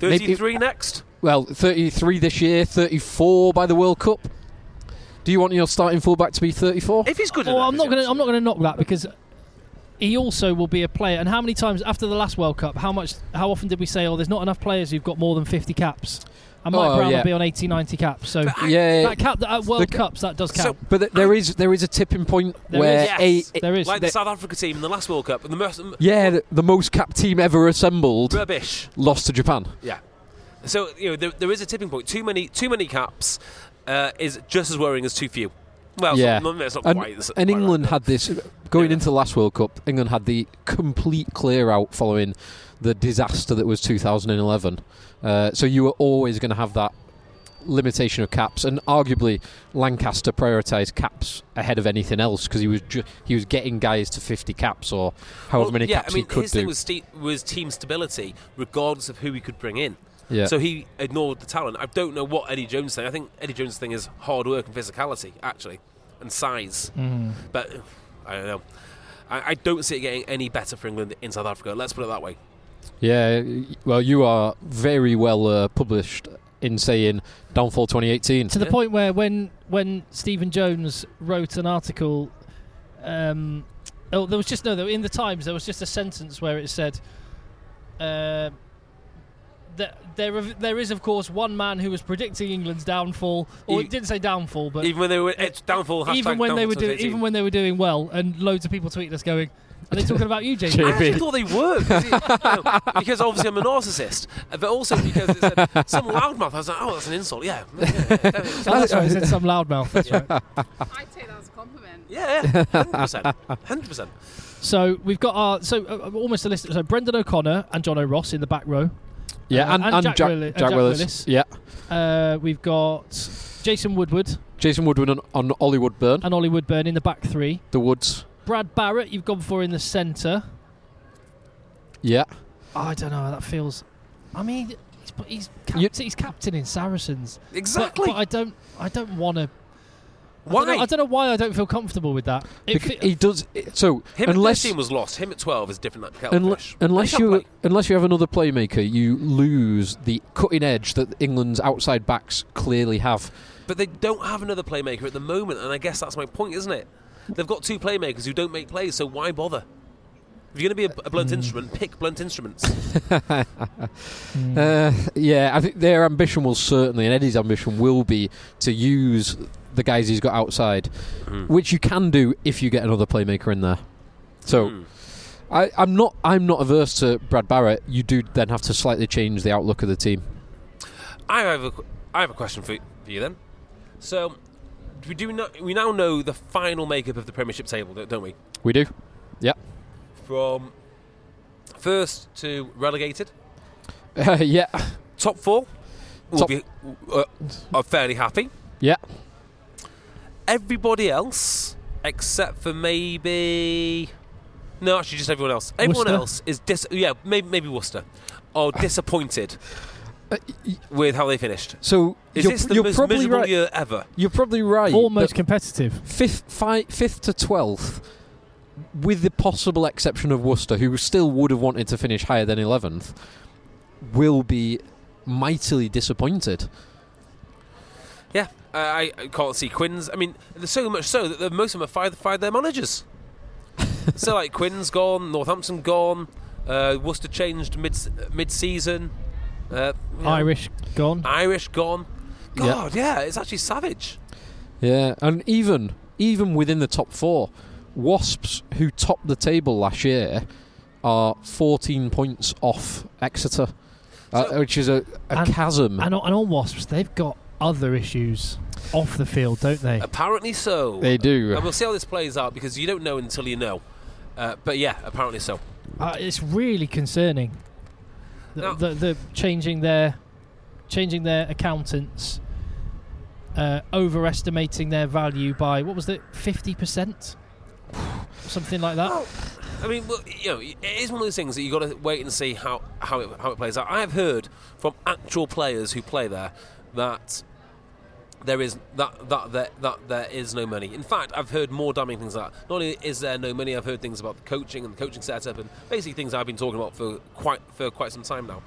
D: Maybe-
C: Thirty-three next.
D: well thirty three this year, thirty four by the World Cup. Do you want your starting fullback to be thirty four?
C: If he's good
B: Oh,
C: enough,
B: I'm
C: is
B: not
C: it?
B: going to. I'm not going to knock that because he also will be a player. And how many times after the last World Cup? How much? How often did we say, "Oh, there's not enough players who've got more than 50 caps"? And Mike
D: Oh,
B: Brown
D: yeah.
B: will be on 80, 90 caps. So
D: Yeah.
B: that cap, that uh, World
D: The-
B: Cups, that does
C: So-
B: count.
D: But th- there is there is a tipping point
B: There
D: where
B: is.
C: Yes.
D: a,
B: there is.
C: Like
B: There-
C: the South Africa team in the last World Cup, and the most
D: yeah the, the most capped team ever assembled
C: rubbish.
D: lost to Japan.
C: Yeah. So you know there, there is a tipping point. Too many too many caps uh, is just as worrying as too few. Well,
D: yeah,
C: it's not, it's not
D: and,
C: quite. it's not
D: and
C: quite right.
D: England had this going
C: Yeah.
D: into the last World Cup. England had the complete clear out following the disaster that was 2011. Uh, so you were always going to have that limitation of caps, and arguably Lancaster prioritised caps ahead of anything else because he was ju- he was getting guys to 50 caps or however
C: Well,
D: many
C: yeah,
D: caps
C: I mean,
D: he could
C: his
D: do.
C: thing was, sti- was team stability, regardless of who he could bring in.
D: Yeah.
C: So he ignored the talent. I don't know what Eddie Jones thing. I think Eddie Jones' thing is hard work and physicality, actually, and size.
D: Mm-hmm.
C: But I don't know. I, I don't see it getting any better for England in South Africa. Let's put it that way.
D: Yeah, y- well, you are very well uh, published in saying downfall 2018.
B: to the
C: Yeah.
B: point where when when Stephen Jones wrote an article, um, oh, there was just no, though in the Times there was just a sentence where it said. Uh, that there, of- there is, of course, one man who was predicting England's downfall, or
C: E-
B: it didn't say downfall, but
C: Even when they were it's downfall, hashtag
B: even when they
C: downfall
B: were doing,
C: 2018.
B: even when they were doing well, and loads of people tweeted us going, "Are
C: (laughs)
B: they talking about you, James?"
C: I
D: Jamie.
C: actually thought they were 'cause it- you know, because obviously I'm a narcissist, but also because it said some loudmouth. I was like, oh, that's an insult. Yeah, yeah, yeah.
B: Oh, that's right. I said some loudmouth. That's right. (laughs) Ah.
E: I'd take that as a compliment.
C: Yeah, hundred percent, hundred percent.
B: So we've got our so uh, almost a list. So Brendan O'Connor and John O'Ross in the back row.
D: yeah,
B: Uh,
D: and,
B: and
D: and
B: Jack
D: Jack,
B: Willi- and
D: Jack
B: Jack
D: Willis.
B: Willis.
D: Yeah,
B: Uh, we've got Jason Woodward
D: Jason Woodward on, on Ollie Woodburn,
B: and Ollie Woodburn in the back three.
D: the Woods.
B: Brad Barrett, you've gone for in the centre.
D: Yeah,
B: I don't know. That feels. I mean, he's but he's captain,
D: You-
B: he's captain in Saracens. But,
C: Exactly.
B: but I don't. I don't want to.
C: Why?
B: I don't know why I don't feel comfortable with that. It
D: Bec-
B: fe-
D: he does. So
C: Him
D: unless
C: at 13 was lost. Him at 12 is different. Like
D: unle- unless you unless you have another playmaker, you lose the cutting edge that England's outside backs clearly have. (laughs)
C: but they don't have another playmaker at the moment, and I guess that's my point, isn't it? They've got two playmakers who don't make plays, so why bother? If you're going to be a, a
B: Hmm.
C: blunt instrument, pick blunt instruments.
D: Hmm. Uh, yeah, I think their ambition will certainly, and Eddie's ambition will be to use the guys he's got outside,
C: Hmm.
D: which you can do if you get another playmaker in there. So.
C: Hmm.
D: I, I'm not. I'm not averse to Brad Barrett. You do then have to slightly change the outlook of the team.
C: I have a, qu- I have a question for, y- for you then. So we do know, we now know the final makeup of the Premiership table, don't don't we?
D: We do. Yeah.
C: From first to relegated,
D: (laughs) yeah.
C: top four will
D: Top-
C: be uh, are fairly happy.
D: Yeah.
C: everybody else except for maybe no actually just everyone else everyone
B: Worcester?
C: else is dis- yeah maybe, maybe Worcester are
D: (sighs)
C: disappointed with how they finished
D: So
C: is
D: Uh, you're,
C: this the
D: you're
C: most
D: probably
C: miserable
D: right.
C: year ever
D: You're probably right.
B: almost
D: but
B: competitive.
D: fifth, fi- fifth to twelfth, with the possible exception of Worcester, who still would have wanted to finish higher than eleventh, will be mightily disappointed.
C: yeah I, I can't see Quinn's I mean there's so much so that the- most of them have fired, fired their
D: (laughs)
C: managers so like Quinn's gone Northampton gone uh, Worcester changed mid mid-season uh, you know,
B: Irish gone.
C: Irish gone
D: Yeah.
C: God yeah it's actually savage
D: Yeah, and even even within the top four, Wasps, who topped the table last year, are 14 points off Exeter, uh, which is a, a
B: And-
D: chasm.
B: And, on- and on Wasps, they've got other issues off the field, don't they?
C: Uh, Apparently so.
D: They do.
C: And we'll see how this plays out because you don't know until you know. Uh, but yeah, apparently so.
B: Uh, it's really concerning. The,
C: Now-
B: the, the changing their changing their accountants, uh, overestimating their value by what was it, fifty percent, (sighs) something like that.
C: I mean, well, you know, it is one of those things that you got to wait and see how how it, how it plays out. I have heard from actual players who play there that there is that that there, that there is no money. In fact, I've heard more damning things than that not only is there no money, I've heard things about the coaching and the coaching setup and basically things I've been talking about for quite for quite some time now.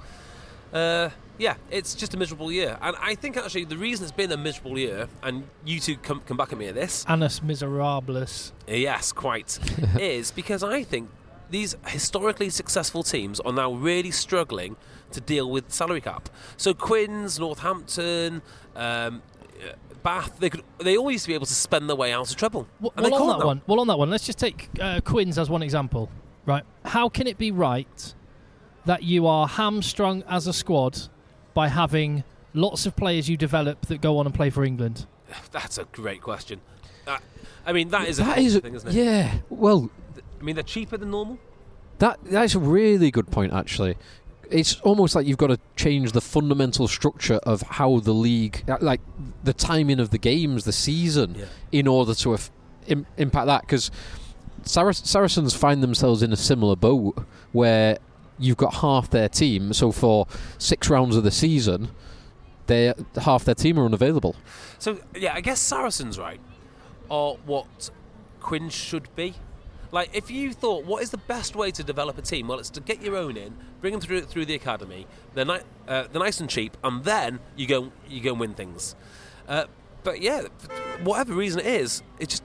C: Uh, yeah, it's just a miserable year, and I think actually the reason it's been a miserable year, and you two come come back at me at this,
B: Annus miserabilis.
C: Yes,
D: (laughs)
C: quite. is because I think these historically successful teams are now really struggling to deal with salary cap. So Quinns, Northampton, um, uh, Bath, they could they all used to be able to spend their way out of trouble.
B: Well,
C: And they
B: well, on
C: can't
B: that
C: now.
B: one, well, on that one, let's just take uh, Quinns as one example, right? How can it be right that you are hamstrung as a squad by having lots of players you develop that go on and play for England?
C: That's a great question. Uh, I mean, that is a
D: That
C: culture
D: is, a-
C: thing, isn't it?
D: yeah. Well,
C: I mean, they're cheaper than normal.
D: That that's a really good point actually. It's almost like you've got to change the fundamental structure of how the league, uh, like the timing of the games, the season,
C: Yeah.
D: in order to af- Im- impact that. Because Saracens find themselves in a similar boat where you've got half their team. So for six rounds of the season, they half their team are unavailable.
C: So yeah, I guess Saracens right are what Quinn should be. Like if you thought what is the best way to develop a team, well, it's to get your own in, bring them through through the academy. They're ni- uh, they're nice and cheap, and then you go you go and win things. Uh, but yeah, whatever reason it is, it just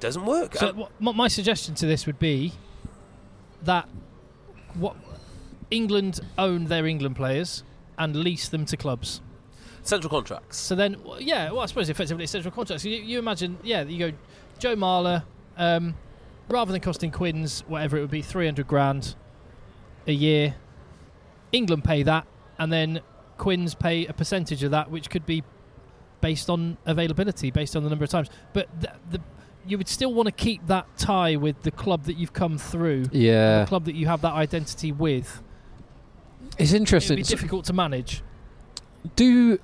C: doesn't work.
B: So
C: Uh,
B: wha- my, my suggestion to this would be that what England own their England players and lease them to clubs.
C: central contracts.
B: So then, w- yeah, well, I suppose effectively it's central contracts. So you, you imagine, yeah, you go Joe Marler, um, rather than costing Quinns whatever it would be, three hundred grand a year. England pay that, and then Quinns pay a percentage of that, which could be based on availability, based on the number of times. But th- the, you would still want to keep that tie with the club that you've come through,
D: Yeah,
B: the club that you have that identity with.
D: it's
B: It would
D: interesting.
B: be difficult to manage.
D: Do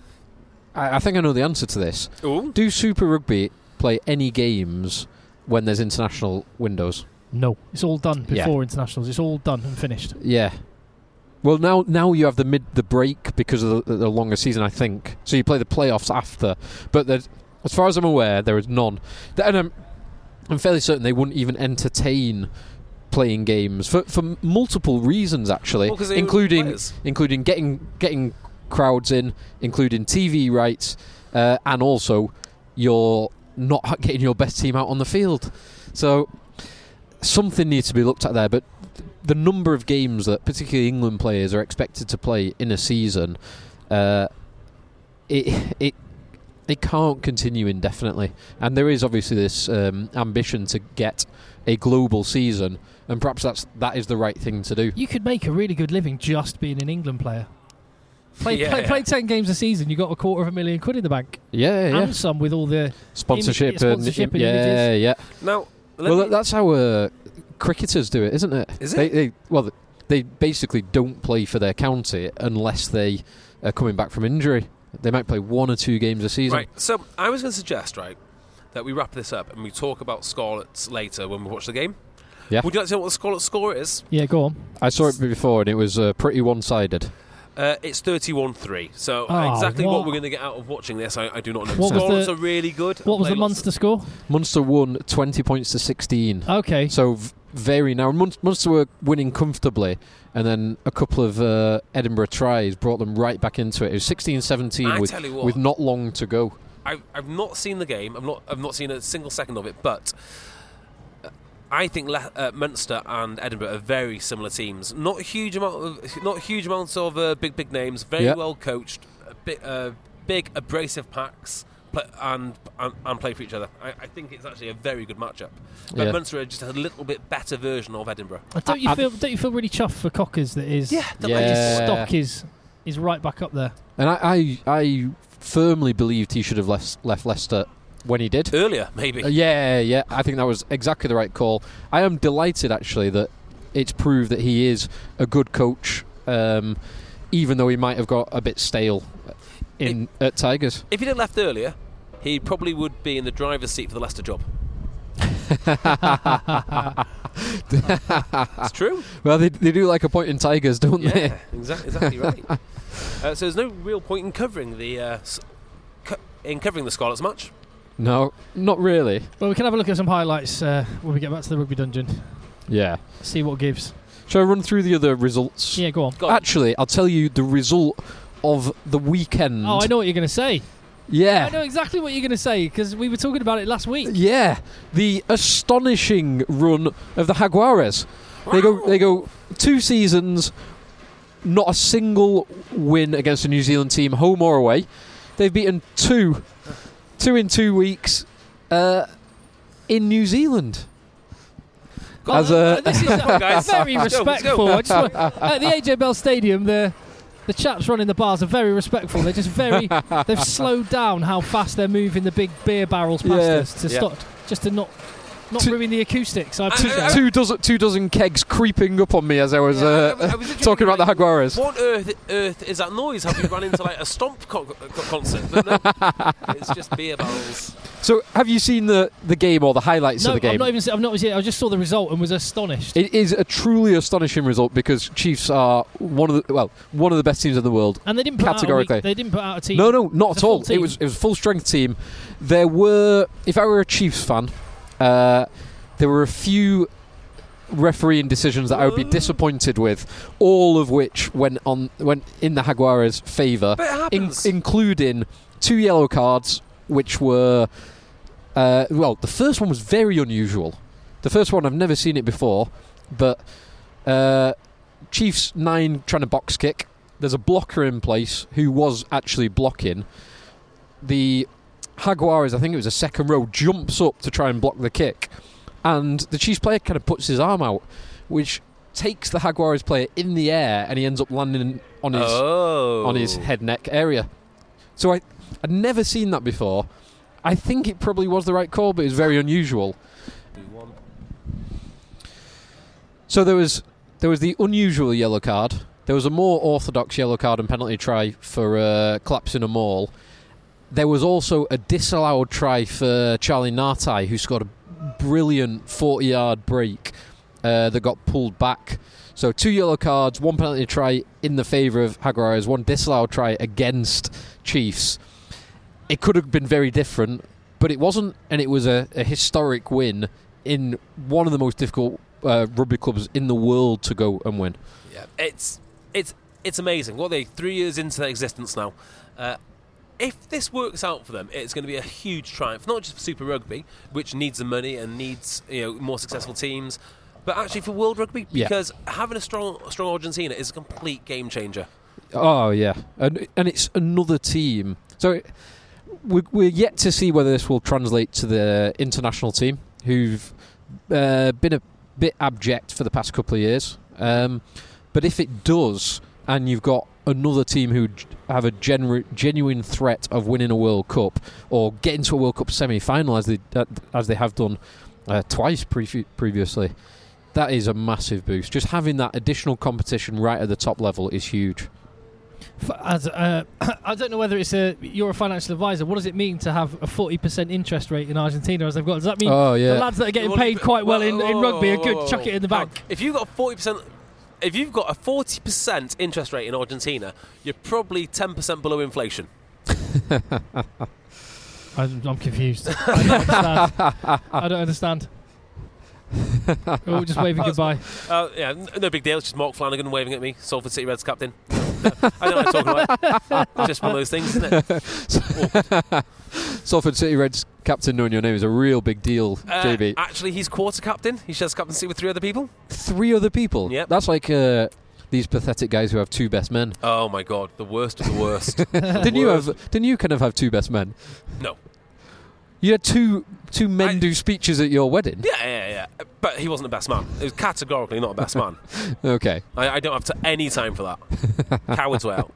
D: I, I think I know the answer to this?
C: Ooh.
D: Do Super Rugby play any games when there's international windows?
B: No, it's all done
D: Yeah.
B: before internationals. It's all done and finished.
D: Yeah. Well, now now you have the mid the break because of the, the longer season, I think. So you play the playoffs after, but there's- as far as I'm aware, there is none. Th- And I'm, I'm fairly certain they wouldn't even entertain playing games for for multiple reasons, actually,
C: Well, 'cause they-
D: including
C: players.
D: including getting getting crowds in, including TV rights, uh, and also you're not (laughs) ha- getting your best team out on the field. So something needs to be looked at there. But th- the number of games that particularly England players are expected to play in a season, uh, it (laughs) it it can't continue indefinitely. And there is obviously this um, ambition to get a global season, and perhaps that's that is the right thing to do.
B: You could make a really good living just being an England player. Play,
C: Yeah.
B: play, play 10 games a season, you got a quarter of a million quid in the bank.
D: Yeah, yeah.
B: And some with all the.
D: sponsorship,
B: Im- yeah, sponsorship and
D: yeah,
B: images.
D: yeah.
C: Now, let
D: well,
C: me-
D: that- that's how uh, cricketers do it, isn't it?
C: Is it?
D: They, they, well, they basically don't play for their county unless they are coming back from injury. They might play one or two games a season.
C: Right. So I was going to suggest, right, that we wrap this up and we talk about Scarlets later when we watch the game.
D: Yeah.
C: Would you like to know what the Scarlet score is?
B: Yeah, go on.
D: I saw it before, and it was uh, pretty one-sided.
C: Uh, it's 31 3. So
B: Oh,
C: exactly what,
B: what?
C: we're going to get out of watching this, I, I do not know.
B: What was
C: Scarlets
B: the-
C: are really good.
B: What was
C: Play
B: the
C: lots
B: Munster
C: of-
B: score?
D: Munster won 20 points to 16.
B: Okay.
D: So v- very now Mun- Munster were winning comfortably, and then a couple of uh, Edinburgh tries brought them right back into it. It was 16-17
C: I
D: with,
C: tell you what.
D: with not long to go.
C: I've, I've not seen the game. I've not I've not seen a single second of it. But uh, I think Le- uh, Munster and Edinburgh are very similar teams. Not huge amount of not huge amounts of uh, big big names. Very
D: Yeah.
C: well coached. A bit, uh, big abrasive packs. pl- And, and and play for each other. I, I think it's actually a very good matchup. But
D: Yeah.
C: Munster are just a little bit better version of Edinburgh.
B: Don't you
D: I-
B: feel don't you feel really chuffed for Cockers that is
C: the
D: Yeah.
C: latest-
B: his stock is is right back up there?
D: And I, I, I firmly believed he should have left, left Leicester when he did.
C: earlier maybe.
D: Uh, yeah, yeah. I think that was exactly the right call. I am delighted actually that it's proved that he is a good coach, um, even though he might have got a bit stale in at Tigers. (laughs)
C: If he'd have left earlier, he probably would be in the driver's seat for the Leicester job.
D: Ah.
C: it's true.
D: Well, they, they do like a point in Tigers, don't they?
C: (laughs) Yeah, exactly, exactly right. Uh, so there's no real point in covering the uh, s- co- in covering the Scarlets match.
D: (laughs) No, not really.
B: Well, we can have a look at some highlights uh, when we get back to the rugby dungeon.
D: Yeah.
B: See what gives.
D: Shall I run through the other results?
B: Yeah, go on.
C: Go on.
D: Actually, I'll tell you the result of the weekend.
B: Oh, I know what you're going to say.
D: Yeah.
B: I know exactly what you're going to say because we were talking about it last week.
D: Yeah, the astonishing run of the Jaguares. They go they go two seasons, not a single win against a New Zealand team, home or away. They've beaten two, two in two weeks, uh, in New Zealand. As
B: Oh,
D: a-
B: this is
C: guys.
B: very
D: (laughs)
C: Let's go, let's go.
B: respectful. I just want- at the AJ Bell Stadium, the the chaps running the bars are very respectful. They're just very. they've slowed down how fast they're moving the big beer barrels past
D: Yeah.
B: us to
F: Yeah.
B: stop, just to not not
D: To-
B: ruin the acoustics. I
D: two,
B: appreciate
C: uh,
B: it.
D: uh, two dozen two dozen kegs creeping up on me as I was, uh,
C: I- I- I was literally
D: (laughs) talking about the
C: like,
D: Jaguares.
C: What earth, earth is that noise? Have you run into like a stomp co- co- concert? But no,
D: (laughs)
C: it's just beer barrels.
D: So, have you seen the, the game or the highlights
B: No,
D: of the game?
B: I'm not even. I've not even. I just saw the result and was astonished.
D: it is a truly astonishing result because Chiefs are one of the well one of the best teams in the world.
B: and they didn't put Out a
D: categorically.
B: weak- they didn't put out a team.
D: No, no, not
B: It's
D: at
B: a
D: all.
B: full
D: It
B: team.
D: was it was a full strength team. There were, if I were a Chiefs fan, uh, there were a few refereeing decisions that I would be
B: Oh.
C: Whoa.
D: disappointed with, all of which went on went in the Jaguares' favour,
C: But it
D: in,
C: happens.
D: including two yellow cards, which were uh, well, the first one was very unusual. The first one I've never seen it before, but uh, Chiefs nine trying to box kick. There's a blocker in place who was actually blocking. The Jaguares, I think it was a second row, jumps up to try and block the kick, and the Chiefs player kind of puts his arm out, which takes the Jaguares player in the air, and he ends up landing on his
C: oh,
D: on his head neck area. So I I'd never seen that before. I think it probably was the right call, but it's very unusual. So there was there was the unusual yellow card. There was a more orthodox yellow card and penalty try for uh, collapsing a mall. There was also a disallowed try for Charlie Nartai, who scored a brilliant 40-yard break uh, that got pulled back. So two yellow cards, one penalty try in the favour of Jaguares, one disallowed try against Chiefs. It could have been very different, but it wasn't, and it was a, a historic win in one of the most difficult uh, rugby clubs in the world to go and win.
C: Yeah, it's it's it's amazing. What are they three years into their existence now. Uh, if this works out for them, it's going to be a huge triumph, not just for Super Rugby, which needs the money and needs you know more successful teams, but actually for World Rugby
D: Yeah.
C: because having a strong strong Argentina is a complete game changer.
D: Oh yeah, and and it's another team. So it- we're, we're yet to see whether this will translate to the international team, who've uh, been a bit abject for the past couple of years. Um, but if it does, and you've got another team who g- have a genu- genuine threat of winning a World Cup or getting to a World Cup semi-final as they as they have done uh, twice pre- previously. That is a massive boost. Just having that additional competition right at the top level is huge.
B: F- As, uh, (coughs) I don't know whether it's a you're a financial advisor. What does it mean to have a forty percent interest rate in Argentina as they've got? Does that mean
D: Oh, yeah.
B: the lads that are getting
C: Well,
B: paid
C: if-
B: quite well, in,
C: whoa,
B: in rugby are
C: whoa,
B: good?
C: whoa,
B: Chuck it in the
C: whoa.
B: bank.
C: If you've got forty percent, if you've got a forty percent interest rate in Argentina, you're probably ten percent below inflation.
B: (laughs) I'm, I'm confused. (laughs) I don't understand. I don't
D: (laughs)
B: understand. We're all just waving
C: (laughs)
B: goodbye.
C: Uh, yeah, n- no big deal. It's just Mark Flanagan waving at me, Salford City Reds captain. (laughs) No, I don't know what I'm talking about. It's just one of those things, isn't it?
D: Salford City Reds captain knowing your name is a real big deal,
C: Uh,
D: JB.
C: Actually, he's quarter captain. He shares captaincy with three other people.
D: Three other people.
C: Yep.
D: That's like uh, these pathetic guys who have two
C: (laughs)
D: best men.
C: Oh my god, the worst of the worst.
D: (laughs) didn't you have? Didn't you kind of have two best men?
C: No.
D: You had two two men
C: I-
D: do speeches at your wedding.
C: Yeah, yeah, yeah. But he wasn't the best man. He was categorically not the best
D: (laughs)
C: man.
D: Okay.
C: I, I don't have to any time for that. Cowards way out.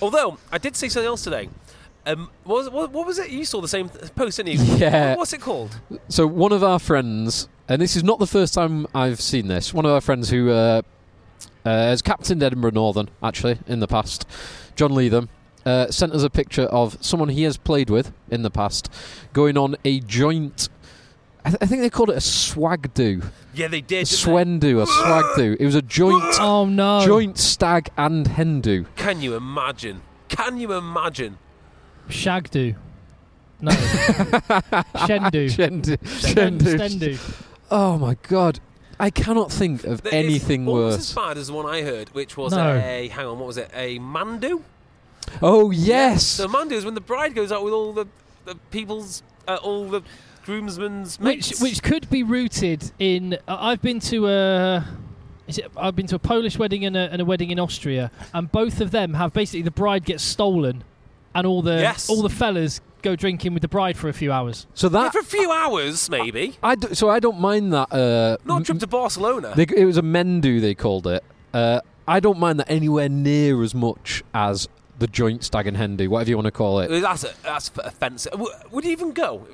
C: Although I did see something else today. Um, what, was, what, what was it? You saw the same th- post, didn't you?
D: Yeah.
C: What- What's it called?
D: So one of our friends, and this is not the first time I've seen this. One of our friends who uh, uh, has captained Edinburgh Northern actually in the past, John Leatham, uh, sent us a picture of someone he has played with in the past, going on a joint. I, th- I think they called it a swag do,
C: Yeah, they
D: a
C: did. didn't they?
D: swen do, a swag do. It was a joint,
B: Oh no!
D: joint stag and hen do.
C: Can you imagine? Can you imagine?
B: Shagdu.
D: (laughs)
B: No. Shendu.
D: Shen do.
B: Sten-
D: Shen do.
B: Stendu.
D: Oh my god, I cannot think of
C: There is
D: anything
C: almost
D: worse.
C: as bad as the one I heard, which was
B: No.
C: a hang on, what was it? A mandu.
D: Oh yes.
C: So mandu is when the bride goes out with all the, the people's, uh, all the groomsmen's
B: Which
C: mates.
B: which could be rooted in. Uh, I've been to a. Is it, I've been to a Polish wedding and a, and a wedding in Austria, and both of them have basically the bride gets stolen, and all the
C: Yes.
B: all the fellas go drinking with the bride for a few hours.
D: So
C: Yeah,
D: that
C: for a few hours, maybe.
D: I do, so I don't mind that. Uh,
C: Not a
D: m-
C: trip to Barcelona.
D: they, it was a Mendu they called it. Uh, I don't mind that anywhere near as much as the joint stag and hen do, whatever you want to call it.
C: That's a, that's offensive. W- Would you even go?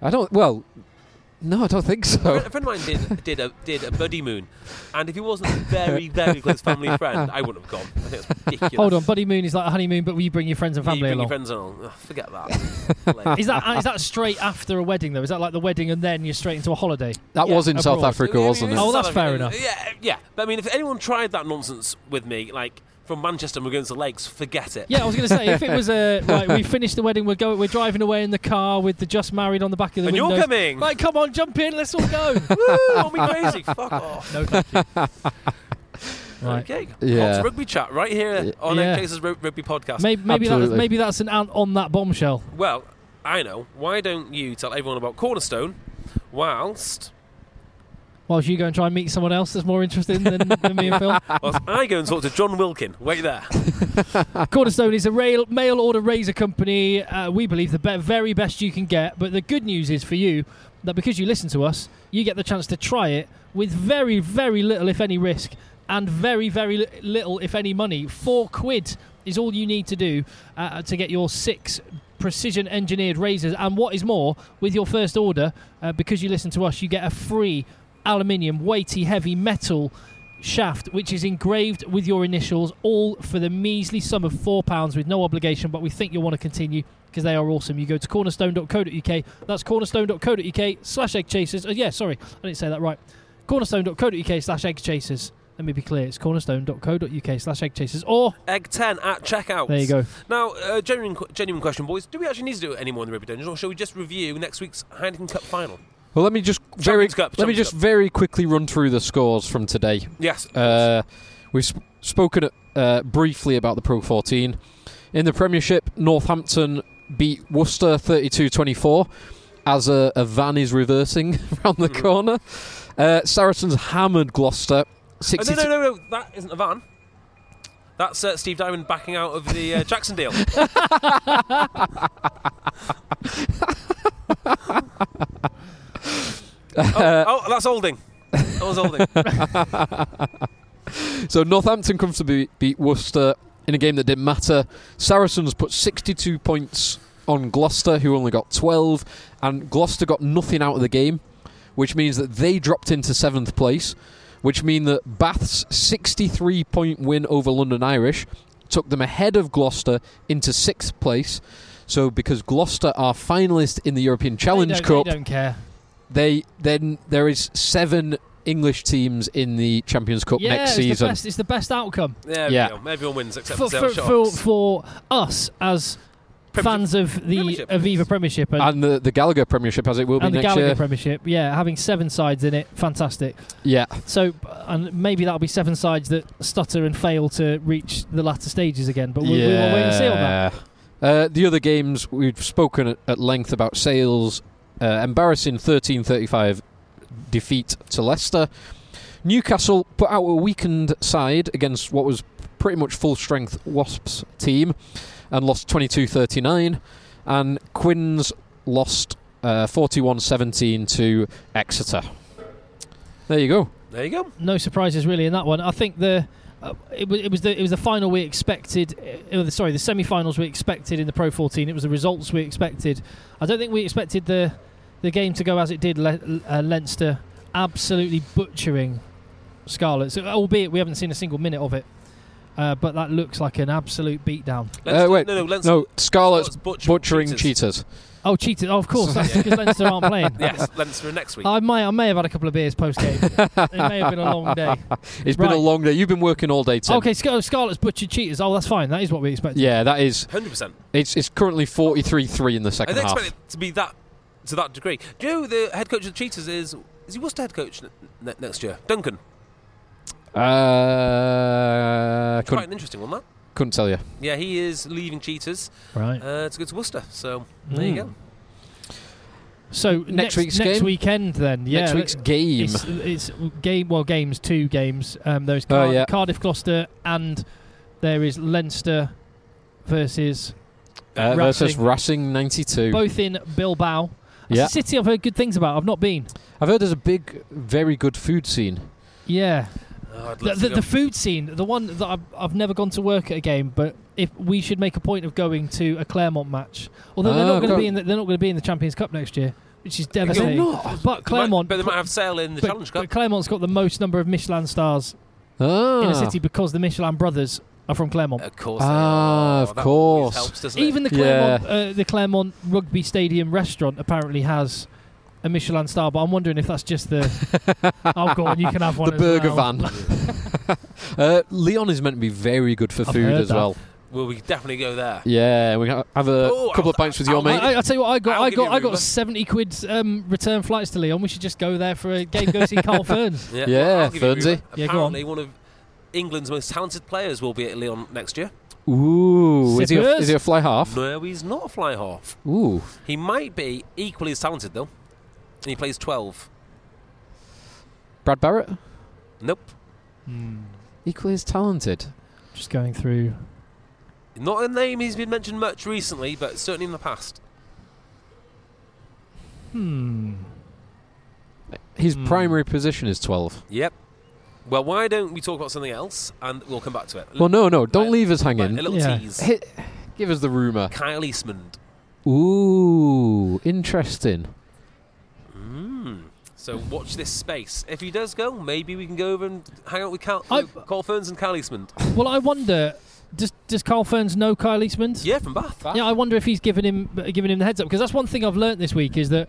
D: I don't. Well, no, I don't think so.
C: A friend of mine
D: Oh.
C: did did a did a buddy moon, and if he wasn't a very very close family friend, I wouldn't have gone. I think that's ridiculous.
B: (laughs) Hold on, buddy moon is like a honeymoon, but will you bring your friends and
C: You
B: family
C: bring your
B: along? (laughs)
C: friends along. Ugh, forget
D: (laughs)
C: that. Like-
B: Is (laughs) that is that straight after a wedding though? Is that like the wedding and then you're straight into a holiday?
D: That was in South
B: abroad.
D: Africa, wasn't it?
B: Oh,
C: South
B: that's fair
C: Africa.
B: enough.
C: Yeah, yeah. But I mean, if anyone tried that nonsense with me, like from Manchester, and we're going to the lakes. Forget it.
B: Yeah, I was going to say if it was (laughs) a right, we finished the wedding, we're going, we're driving away in the car with the just married on the back of the
C: And you're
B: windows.
C: coming.
B: Right, come on, jump in, let's all (laughs) go.
C: Woo, want me crazy? Fuck off.
B: no, thank you. (laughs) Right.
C: Okay.
D: Yeah.
C: Lots of rugby chat right here on
B: Yeah.
C: MK's Rug- Rugby Podcast.
B: Maybe maybe, that,
D: Absolutely.
B: maybe that's an ant on that bombshell.
C: Well, I know. Why don't you tell everyone about Cornerstone whilst
B: Whilst you go and try and meet someone else that's more interesting than, than me and Phil.
C: whilst I go and talk to John Wilkin? Wait there.
B: Uh, Cornerstone is a rail, mail order razor company. Uh, we believe the be- very best you can get. But the good news is for you that because you listen to us, you get the chance to try it with very, very little, if any, risk and very, very li- little, if any, money. Four quid is all you need to do uh, to get your six precision engineered razors. And what is more, with your first order, uh, because you listen to us, you get a free aluminium, weighty, heavy metal shaft, which is engraved with your initials, all for the measly sum of £4 with no obligation. But we think you'll want to continue because they are awesome. You go to cornerstone.co.uk. That's cornerstone.co.uk slash egg chasers. Uh, yeah, sorry, I didn't say that right. Cornerstone.co.uk slash egg chasers. Let me be clear. It's cornerstone.co.uk slash egg chasers. Or
C: Egg 10 at checkout.
B: There you go.
C: Now, uh, genuine, qu- genuine question, boys. Do we actually need to do it anymore in the Rugby Dungeon, or shall we just review next week's Heineken Cup final?
D: Well, let me just very
C: Champions Cup,
D: let me
C: Champions
D: just
C: Cup.
D: very quickly run through the scores from today.
C: Yes.
D: Uh, we've sp- spoken uh, briefly about the Pro 14. In the Premiership, Northampton beat Worcester 32 24 as a, a van is reversing (laughs) round the corner. Uh, Saracens hammered Gloucester.
C: Mm-hmm. Oh,
D: 62
C: no, no, no, no. That isn't a van. That's uh, Steve Diamond backing out of the uh, Jackson
D: (laughs)
C: deal.
D: uh,
C: oh, oh, that's Olding. That was
D: (laughs)
C: Olding.
D: So Northampton comfortably beat Worcester in a game that didn't matter. Saracens put 62 points on Gloucester, who only got 12, and Gloucester got nothing out of the game, which means that they dropped into seventh place. Which mean that Bath's 63 point win over London Irish took them ahead of Gloucester into sixth place. So because Gloucester are finalists in the European Challenge
B: they don't,
D: Cup,
B: They don't care.
D: they then there is seven English teams in the Champions Cup
B: Yeah,
D: next
B: it's
D: season.
B: the best. It's the best outcome.
C: There
D: Yeah.
C: we go. Everyone wins except
B: for,
C: the
B: for,
C: Sale
B: for,
C: Sharks.
B: for us as fans of the
C: Premiership.
B: Aviva Premiership and,
D: and the, the Gallagher Premiership as it will
B: and
D: be
B: the
D: next
B: Gallagher
D: year.
B: Premiership, yeah, having seven sides in it, fantastic.
D: yeah,
B: So, and maybe that'll be seven sides that stutter and fail to reach the latter stages again. But we'll, we will wait and see on that.
D: Yeah. Uh, the other games we've spoken at, at length about sales. Uh, embarrassing 13-35 defeat to Leicester. Newcastle put out a weakened side against what was pretty much full strength Wasps team and lost 22-39 and Quinns lost uh, 41-17 to Exeter. There you go.
C: There you
D: Uh,
C: go.
B: No surprises really in that one. I think the. Uh, it, was, it was the it was the final we expected. Uh, the- sorry, the semi-finals we expected in the Pro 14. It was the results we expected. I don't think we expected the the game to go as it did. Le- uh, Leinster absolutely butchering Scarlets, albeit we haven't seen a single minute of it. Uh, but that looks like an absolute beatdown.
C: Leinster-
D: wait.
C: No, no, Leinster.
D: No, Scarlet's
C: Scarlet's butcher-
D: butchering
C: cheaters. (laughs)
D: cheaters.
B: Oh, cheated! Oh, of course, that's because Leinster aren't playing.
C: Yes, Leinster are next week.
B: I may, I may have had a couple of beers post game. it may have been a long day.
D: (laughs) It's been
B: Right.
D: a long day. You've been working all day, Tim.
B: Okay, Scar- Scarlet's butchered cheaters. Oh, that's fine. That is what we expected.
D: Yeah, that is.
C: 100%.
D: It's it's currently forty three three in the
C: I
D: second
C: didn't
D: half.
C: expect it to be that to that degree. Do you know who the head coach of the Cheetahs is? Is he Worcester head coach n- n- next year? Duncan.
D: Uh,
C: Quite an
D: couldn't,
C: interesting one, that.
D: couldn't tell you.
C: Yeah, he is leaving Cheetahs
B: Right.
C: uh, to go to Worcester. So there
B: Mm.
C: you go.
B: So next,
D: week's
B: next
D: game?
B: weekend then. Yeah.
D: Next week's
B: let-
D: game.
B: It's, it's game. Well, games. Two games. Um, there's
D: Oh,
B: Car-
D: yeah.
B: Cardiff, Gloucester, and there is Leinster versus
D: Uh, versus
B: Racing.
D: Racing ninety two.
B: both in Bilbao. That's
D: Yeah.
B: a city I've heard good things about. I've not been.
D: I've heard there's a big, very good food scene.
B: Yeah.
C: Oh, Oh, I'd
B: The,
C: love
B: the,
C: to
B: the
C: go.
B: food scene, the one that I've, I've never gone to work at a game, but if we should make a point of going to a Claremont match, although they're
D: Oh,
B: not going to
D: okay.
B: be in the, they're not going to be in the Champions Cup next year, which is
C: not.
B: devastating. But
C: They might-
B: Claremont,
C: but they might have sale in the
B: but-
C: Challenge Cup.
B: but Claremont's got the most number of Michelin stars
D: Ah.
B: in a city because the Michelin brothers are from Claremont.
C: Of course.
D: Ah,
C: they are.
D: of
C: That always
D: course.
C: Helps, doesn't
B: Even
C: it?
B: the
D: Yeah.
B: Claremont, uh, the Claremont Rugby Stadium restaurant apparently has a Michelin star, but I'm wondering if that's just
D: (laughs)
B: the. oh, go on, you can have one.
D: the
B: as
D: burger
B: well.
D: van. (laughs) uh, Leon is meant to be very good for
B: I've
D: food
B: heard
D: as
B: that.
D: well.
C: Well, we could definitely go there.
D: Yeah, we can have a
C: Oh,
D: couple
C: I'll-
D: of pints with your
C: I'll-
D: mate.
B: I, I tell you what, I got,
C: I'll
B: I
C: give
B: got,
C: you a
B: I got
C: Uber.
B: seventy quid um, return flights to Leon. We should just go there for a game.
D: (laughs)
B: Go see Carl Ferns.
C: Yeah,
D: Yeah,
C: I'll give you a
D: Fernsey.
C: Uber.
B: Yeah, go on.
C: Apparently, one of England's most talented players will be at Lyon next year.
D: Ooh, is he, a,
B: Sippers?
D: is he a fly half?
C: No, he's not a fly half.
D: Ooh,
C: He might be equally as talented though, and he plays twelve.
D: Brad Barrett,
C: Nope,
D: Hmm. equally as talented.
B: Just going through.
C: not a name he's been mentioned much recently, but certainly in the past.
B: Hmm.
D: His primary position is twelve.
C: Yep. Well, why don't we talk about something else, and we'll come back to it.
D: Well, no, no, don't leave us
C: Right,
D: hanging.
C: a little
B: Yeah.
C: tease.
D: Hit, give us the rumor.
C: Kyle Eastmond.
D: Ooh, interesting.
C: So watch this space. If he does go, maybe we can go over and hang out with Cal-
B: I-
C: with Carl Ferns and Kyle Eastmond.
B: Well, I wonder. Does Does Carl Ferns know Kyle Eastman?
C: Yeah, from Bath.
B: Yeah, I wonder if he's given him given him the heads up because that's one thing I've learnt this week is that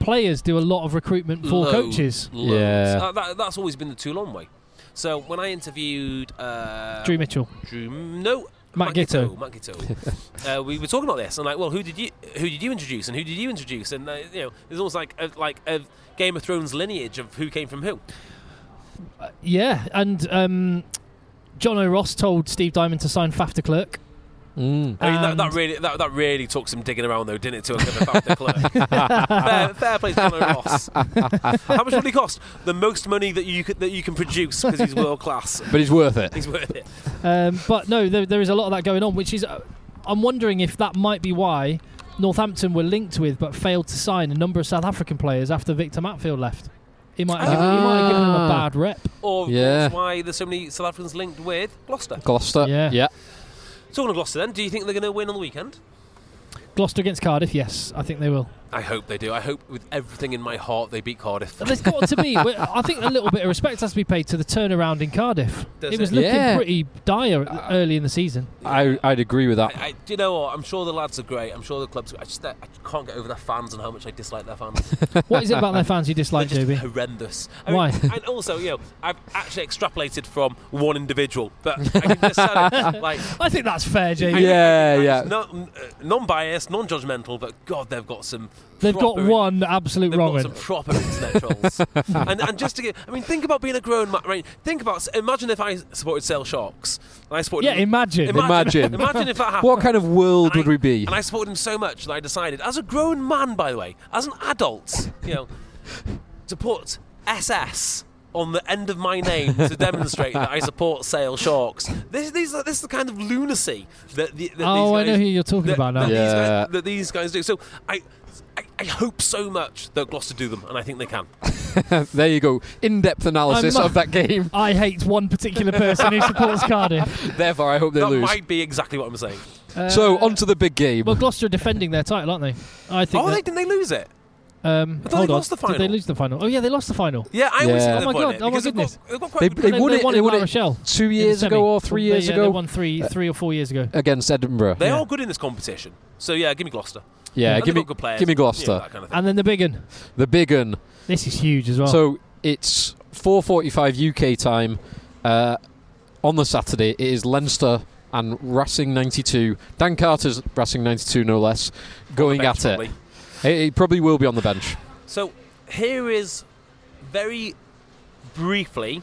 B: players do a lot of recruitment for
C: Loads,
B: coaches.
C: loads.
D: Yeah.
C: Uh, that, that's always been the Toulon way. So when I interviewed uh,
B: Drew Mitchell.
C: Drew- no,
B: Matt Gitto.
C: Matt Gitto. uh, we were talking about this, and like, well, who did you who did you introduce, and who did you introduce, and uh, you know, it's almost like a, like a Game of Thrones lineage of who came from who.
B: Yeah, and um, John O'Ross told Steve Diamond to sign Faf de Klerk.
D: Mm.
C: I mean, that, that
B: And-
C: really that, that really took some digging around though, didn't it? To have about the clerk. fair, fair play, to Conor Ross. How much would he cost? The most money that you could, that you can produce because he's world class.
D: But he's worth it.
C: He's worth it.
B: Um, but no, there, there is a lot of that going on, which is uh, I'm wondering if that might be why Northampton were linked with but failed to sign a number of South African players after Victor Matfield left. He might have, given, he might have given them a
D: Ah.
B: bad rep.
C: Or
D: Yeah.
C: that's why there's so many South Africans linked with Gloucester.
D: Gloucester.
B: Yeah.
D: yeah.
C: Talking of Gloucester, then, do you think they're going to win on the weekend?
B: Gloucester against Cardiff, yes, I think they will.
C: I hope they do. I hope with everything in my heart they beat Cardiff.
B: There's got to be. I think a little bit of respect has to be paid to the turnaround in Cardiff.
C: Does
B: it was
C: it? Uh,
B: looking
D: Yeah.
B: pretty dire early in the season.
D: I, I'd agree with that.
C: I, I, do you know what? I'm sure the lads are great. I'm sure the club's. I just I can't get over their fans and how much I dislike their fans.
B: What is it
C: (laughs)
B: about their fans you dislike,
C: They're just
B: JB?
C: horrendous.
B: Why?
C: Mean, and also, you know, I've actually extrapolated from one individual, but
B: (laughs)
C: I can just say, like.
B: I think that's fair, JB.
D: Yeah.
C: (laughs)
D: yeah.
C: No, uh, non-biased, non-judgmental, but God, they've got some.
B: They've got
C: proper-
B: one absolute
C: They've
B: wrong
C: got
B: one.
C: some proper internet
B: (laughs)
C: trolls. and, and just to get, I mean, think about being a grown man. Right? Think about, imagine if I supported Sale Sharks. And I supported.
B: Yeah, imagine.
D: Imagine.
C: Imagine if that happened.
D: What kind of world
C: And
D: would
C: I-
D: we be?
C: And I supported him so much that I decided, as a grown man, by the way, as an adult, you know, to put SS on the end of my name
D: (laughs)
C: to demonstrate that I support Sale Sharks. This, these, are- this is the kind of lunacy that, the, that
B: Oh, I
C: these guys,
B: know who you're talking
C: that-
B: about now.
C: That, these
D: Yeah.
C: guys, that these guys do. So I, I, I hope so much that Gloucester do them, and I think they can.
D: Uh, there you go. In-depth analysis
B: I'm-
D: of
B: (laughs)
D: that game.
B: I hate one particular person who
C: (laughs)
B: supports Cardiff.
D: Therefore, I hope they
C: that
D: lose.
C: might be exactly what I'm saying.
D: so on to the big game.
B: Uh, Well, Gloucester are defending their title, aren't they? I think.
C: Oh, they,
B: that-
C: didn't they lose it?
B: um,
C: I thought
B: hold
C: they
B: on.
C: lost the
B: Did
C: final.
B: they lose the final? Oh yeah, they lost the final.
C: Yeah, I always think
D: Yeah.
B: Oh my
C: they've won
B: God,
C: it
B: oh my
C: because they've got-
B: goodness.
C: they've got quite
D: They-
C: good
D: they
B: And
D: won
B: they
D: it-
B: won
D: they
B: in
D: won
B: La
D: it
B: Rochelle
D: two
B: in the
D: years
B: semi.
D: ago or three
B: They-
D: years
B: yeah, They
D: ago.
B: won three, three or four years ago.
D: against Edinburgh.
C: They
B: Yeah.
C: are good in this competition. So yeah, give me Gloucester.
D: Yeah,
C: And
D: give
C: they've
D: me,
C: got good players.
D: give me
C: Yeah,
D: Gloucester,
C: that kind of thing.
B: And then the big one.
D: the big un.
B: This is huge as well.
D: So it's 4:45 UK time uh, on the Saturday. It is Leinster and Racing 92. Dan Carter's Racing 92, no less, going
C: bench,
D: at it.
C: probably.
D: it. It probably will be on the bench.
C: So here is very briefly.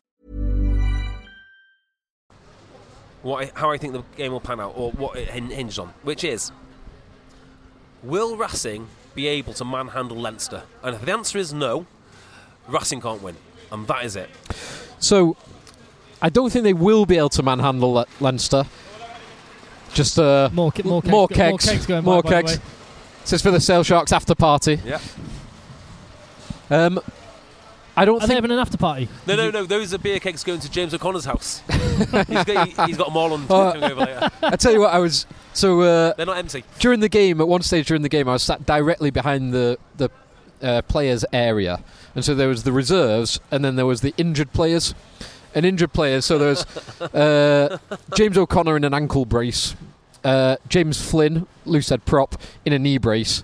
C: what I, how I think the game will pan out, or what it hin- hinges on, which is will Racing be able to manhandle Leinster? And if the answer is no, Racing can't win, and that is it.
D: So, I don't think they will be able to manhandle Le- Leinster. Just uh,
B: More, ke- more,
D: l- more
B: kegs,
D: kegs,
B: more kegs going
D: more
B: by, by the
D: kegs.
B: way.
D: This is for the Sale Sharks after party.
C: Yeah.
D: Um, I don't
B: Are they
D: think.
B: having an after party?
C: No, no, no. Those are beer kegs going to James O'Connor's
D: (laughs)
C: house. he's got, he, has got them all on
D: Oh.
C: coming over later.
D: I tell you what, I was so uh,
C: They're not
D: (laughs)
C: empty.
D: during the game. At one stage during the game, I was sat directly behind the the uh, players area, and so there was the reserves, and then there was the injured players, and injured players. So there was uh, James O'Connor in an ankle brace, uh, James Flynn, loose head prop, in a knee brace,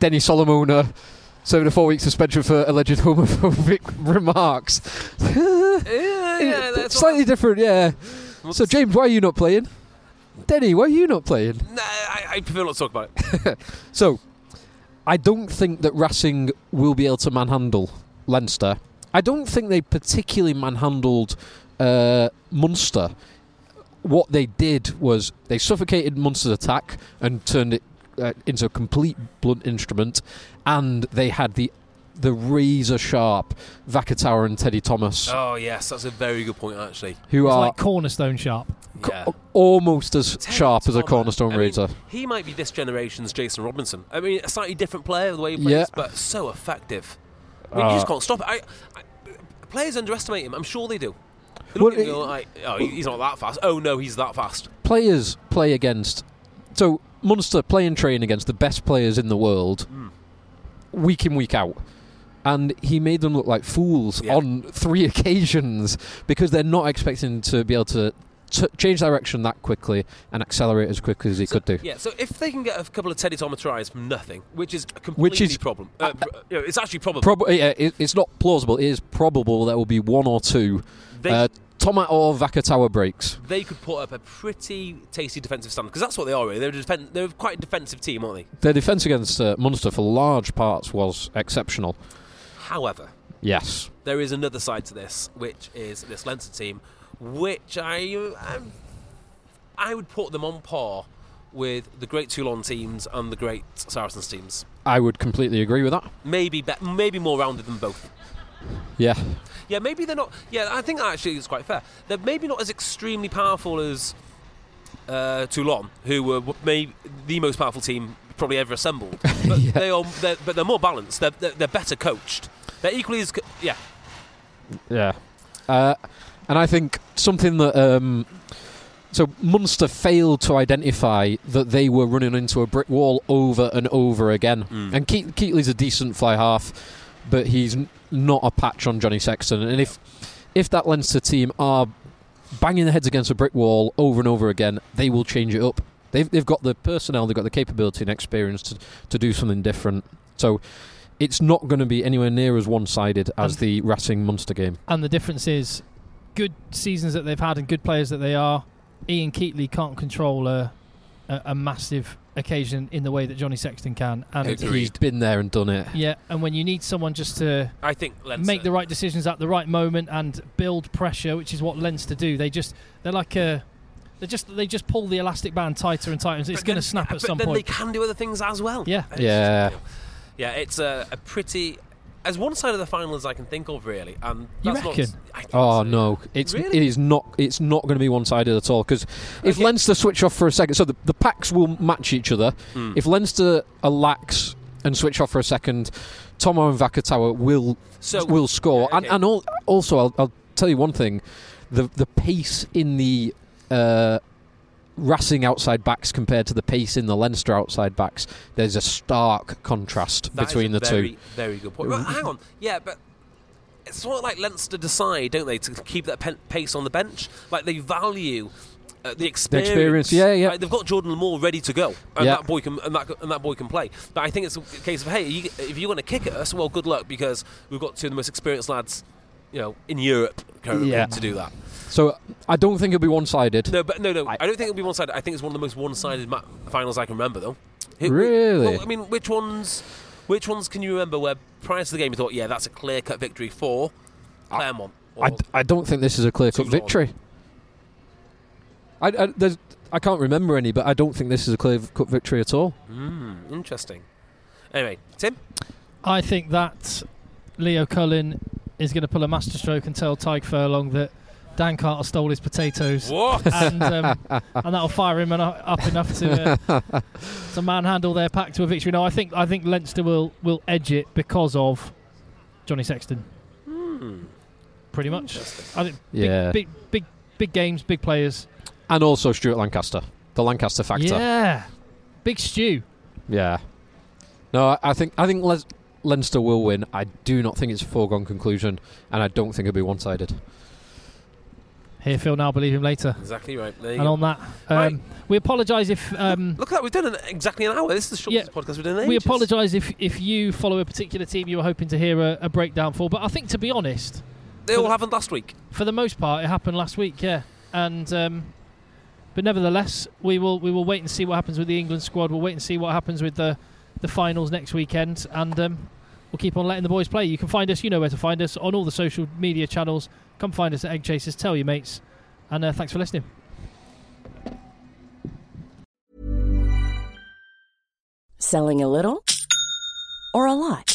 D: Denny Solomona. Seven to four week suspension for alleged homophobic (laughs) remarks. (laughs)
C: Yeah, yeah, that's what-
D: Slightly different, yeah.
C: Well,
D: So, James, why are you not playing? Denny, why are you not playing?
C: Nah, I, I prefer not to talk
D: (laughs)
C: about it.
D: So, I don't think that Racing will be able to manhandle Leinster. I don't think they particularly manhandled uh, Munster. What they did was they suffocated Munster's attack and turned it uh, into a complete blunt instrument, and they had the the razor sharp Vakatawa and Teddy Thomas,
C: Oh yes, that's a very good point actually.
D: who
B: It's
D: are
B: like cornerstone sharp.
C: Yeah.
D: a- almost as
C: Tell you
D: sharp
C: what,
D: as a
C: Tom,
D: cornerstone
C: I mean,
D: razor.
C: He might be this generation's Jason Robinson. I mean, a slightly different player the way he plays,
D: Yeah. Uh,
C: but so effective. I mean, you just can't stop it. I, I, players underestimate him. I'm sure they do. They
D: Well,
C: look at him and
D: it-
C: go like, oh, he's not that fast. Oh no, he's that fast.
D: players play against. So Munster play and train against the best players in the world,
C: Hmm.
D: week in week out, and he made them look like fools
C: Yeah.
D: on three (laughs) occasions because they're not expecting to be able to. T- change direction that quickly and accelerate as quickly as he could do.
C: Yeah. So if they can get a couple of Teddy Thomas tries from nothing, which is a completely
D: Which is-
C: problem. Uh, pr- you know, it's actually probable.
D: Prob- yeah, it, it's not plausible. It is probable there will be one or two
C: They-
D: uh, Tomat or Vakatawa breaks.
C: they could put up a pretty tasty defensive stand because that's what they are. Really, they're a defen- they're quite a defensive team, aren't they?
D: Their defence against uh, Munster for large parts was exceptional.
C: However,
D: Yes,
C: there is another side to this, which is this Leinster team, which I I'm, I would put them on par with the great Toulon teams and the great Saracens teams.
D: I would completely agree with that.
C: Maybe be- maybe more rounded than both.
D: Yeah,
C: Yeah, maybe they're not. Yeah, I think that actually is quite fair. They're maybe not as extremely powerful as uh, Toulon, who were w- maybe the most powerful team probably ever assembled. But they are, they're, but they're more balanced. They're, they're, they're better coached. They're equally as co- yeah.
D: Yeah. Uh, and I think something that. Um, so Munster failed to identify that they were running into a brick wall over and over again. And Keat- Keatley's a decent fly half, but he's n- not a patch on Johnny Sexton. And if if that Leinster team are banging their heads against a brick wall over and over again, they will change it up. They've, they've got the personnel, they've got the capability and experience to, to do something different. So it's not going to be anywhere near as one sided as
B: And-
D: the Racing Munster game.
B: And the difference is good seasons that they've had and good players that they are. Ian Keatley can't control a, a, a massive occasion in the way that Johnny Sexton can. And
C: Agreed.
D: He's been there and done it.
B: yeah, and when you need someone just to
C: I think Leinster
B: make the right decisions at the right moment and build pressure, which is what Leinster do. They just they're like a they just they just pull the elastic band tighter and tighter. It's
C: But
B: going to
C: then-
B: snap at
C: but
B: some
C: then
B: point.
C: they can do other things as well.
B: Yeah.
C: It's
D: Yeah.
C: just- yeah. It's a, a pretty as one side of the final as I can think of really. And
B: You
C: that's
B: reckon?
C: Not, I think
D: Oh
C: so.
D: no, it's
C: Really?
D: it is not it's not going to be one sided at all because if
C: Okay.
D: Leinster switch off for a second, so the, the packs will match each other.
C: Hmm.
D: If Leinster are lax and switch off for a second, Tomo and Vakatawa will
C: So-
D: will score.
C: yeah,
D: And
C: okay.
D: and al- also, I'll, I'll tell you one thing: the the pace in the uh, Racing outside backs compared to the pace in the Leinster outside backs, there's a stark contrast
C: That is
D: between
C: a
D: the
C: very,
D: two.
C: Very good point. Well, hang on. Yeah, but it's sort of like Leinster decide, don't they, to keep that pen- pace on the bench? Like they value. Uh, the experience,
D: experience, yeah, yeah.
C: Like, they've got Jordan Moore ready to go, and
D: Yeah.
C: that boy can and that, and that boy can play. But I think it's a case of hey, you, if you want to kick at us, well, good luck because we've got two of the most experienced lads, you know, in Europe currently
D: Yeah.
C: to do that.
D: So I don't think it'll be one-sided.
C: No, but no, no. I, don't think it'll be one-sided. I think it's one of the most one-sided ma- finals I can remember, though. Who- who-
D: Really?
C: well, I mean, which ones? Which ones can you remember where prior to the game you thought, yeah, that's a clear-cut victory for Claremont? Or,
D: I, d- I don't think this is a clear cut
C: Toulon.
D: victory. I, I, there's- I can't remember any, but I don't think this is a clear cut victory at all.
C: Hmm, interesting. Anyway, Tim.
B: I think that Leo Cullen is going to pull a masterstroke and tell Tyke Furlong that Dan Carter stole his potatoes.
D: (laughs)
C: What?
B: and,
C: (laughs)
B: um, and that'll fire him en- up enough to uh, to manhandle their pack to a victory. No, I think I think Leinster will will edge it because of Johnny Sexton.
C: Hmm.
B: Pretty much. I think big,
D: Yeah.
B: big big big games, big players.
D: And also Stuart Lancaster, the Lancaster factor.
B: Yeah, big stew.
D: Yeah. No, I, I think I think Les- Leinster will win. I do not think it's a foregone conclusion, and I don't think it'll be one sided.
B: Here, Phil. Now believe him later.
C: exactly right. There you
B: And
C: go.
B: on that, um,
C: Right.
B: we apologise if um,
C: Look at that. We've done an, exactly an hour. This is the shortest
B: Yeah.
C: podcast we've done. In ages.
B: We apologise if, if you follow a particular team you were hoping to hear a, a breakdown for, but I think to be honest,
C: They all happened last week.
B: for the most part, it happened last week, yeah. And um, but nevertheless, we will we will wait and see what happens with the England squad. We'll wait and see what happens with the the finals next weekend, and um, we'll keep on letting the boys play. You can find us, you know where to find us on all the social media channels. Come find us at Egg Chasers. Tell your mates, and uh, thanks for listening.
A: Selling a little or a lot?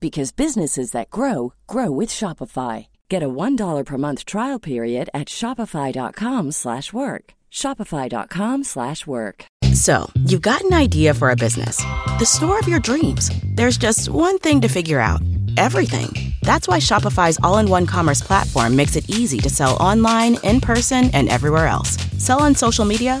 A: because businesses that grow grow with Shopify. Get a $1 per month trial period at shopify.com/work. shopify.com/work.
G: So, you've got an idea for a business, the store of your dreams. There's just one thing to figure out everything. That's why Shopify's all in one commerce platform makes it easy to sell online, in person, and everywhere else. Sell on social media,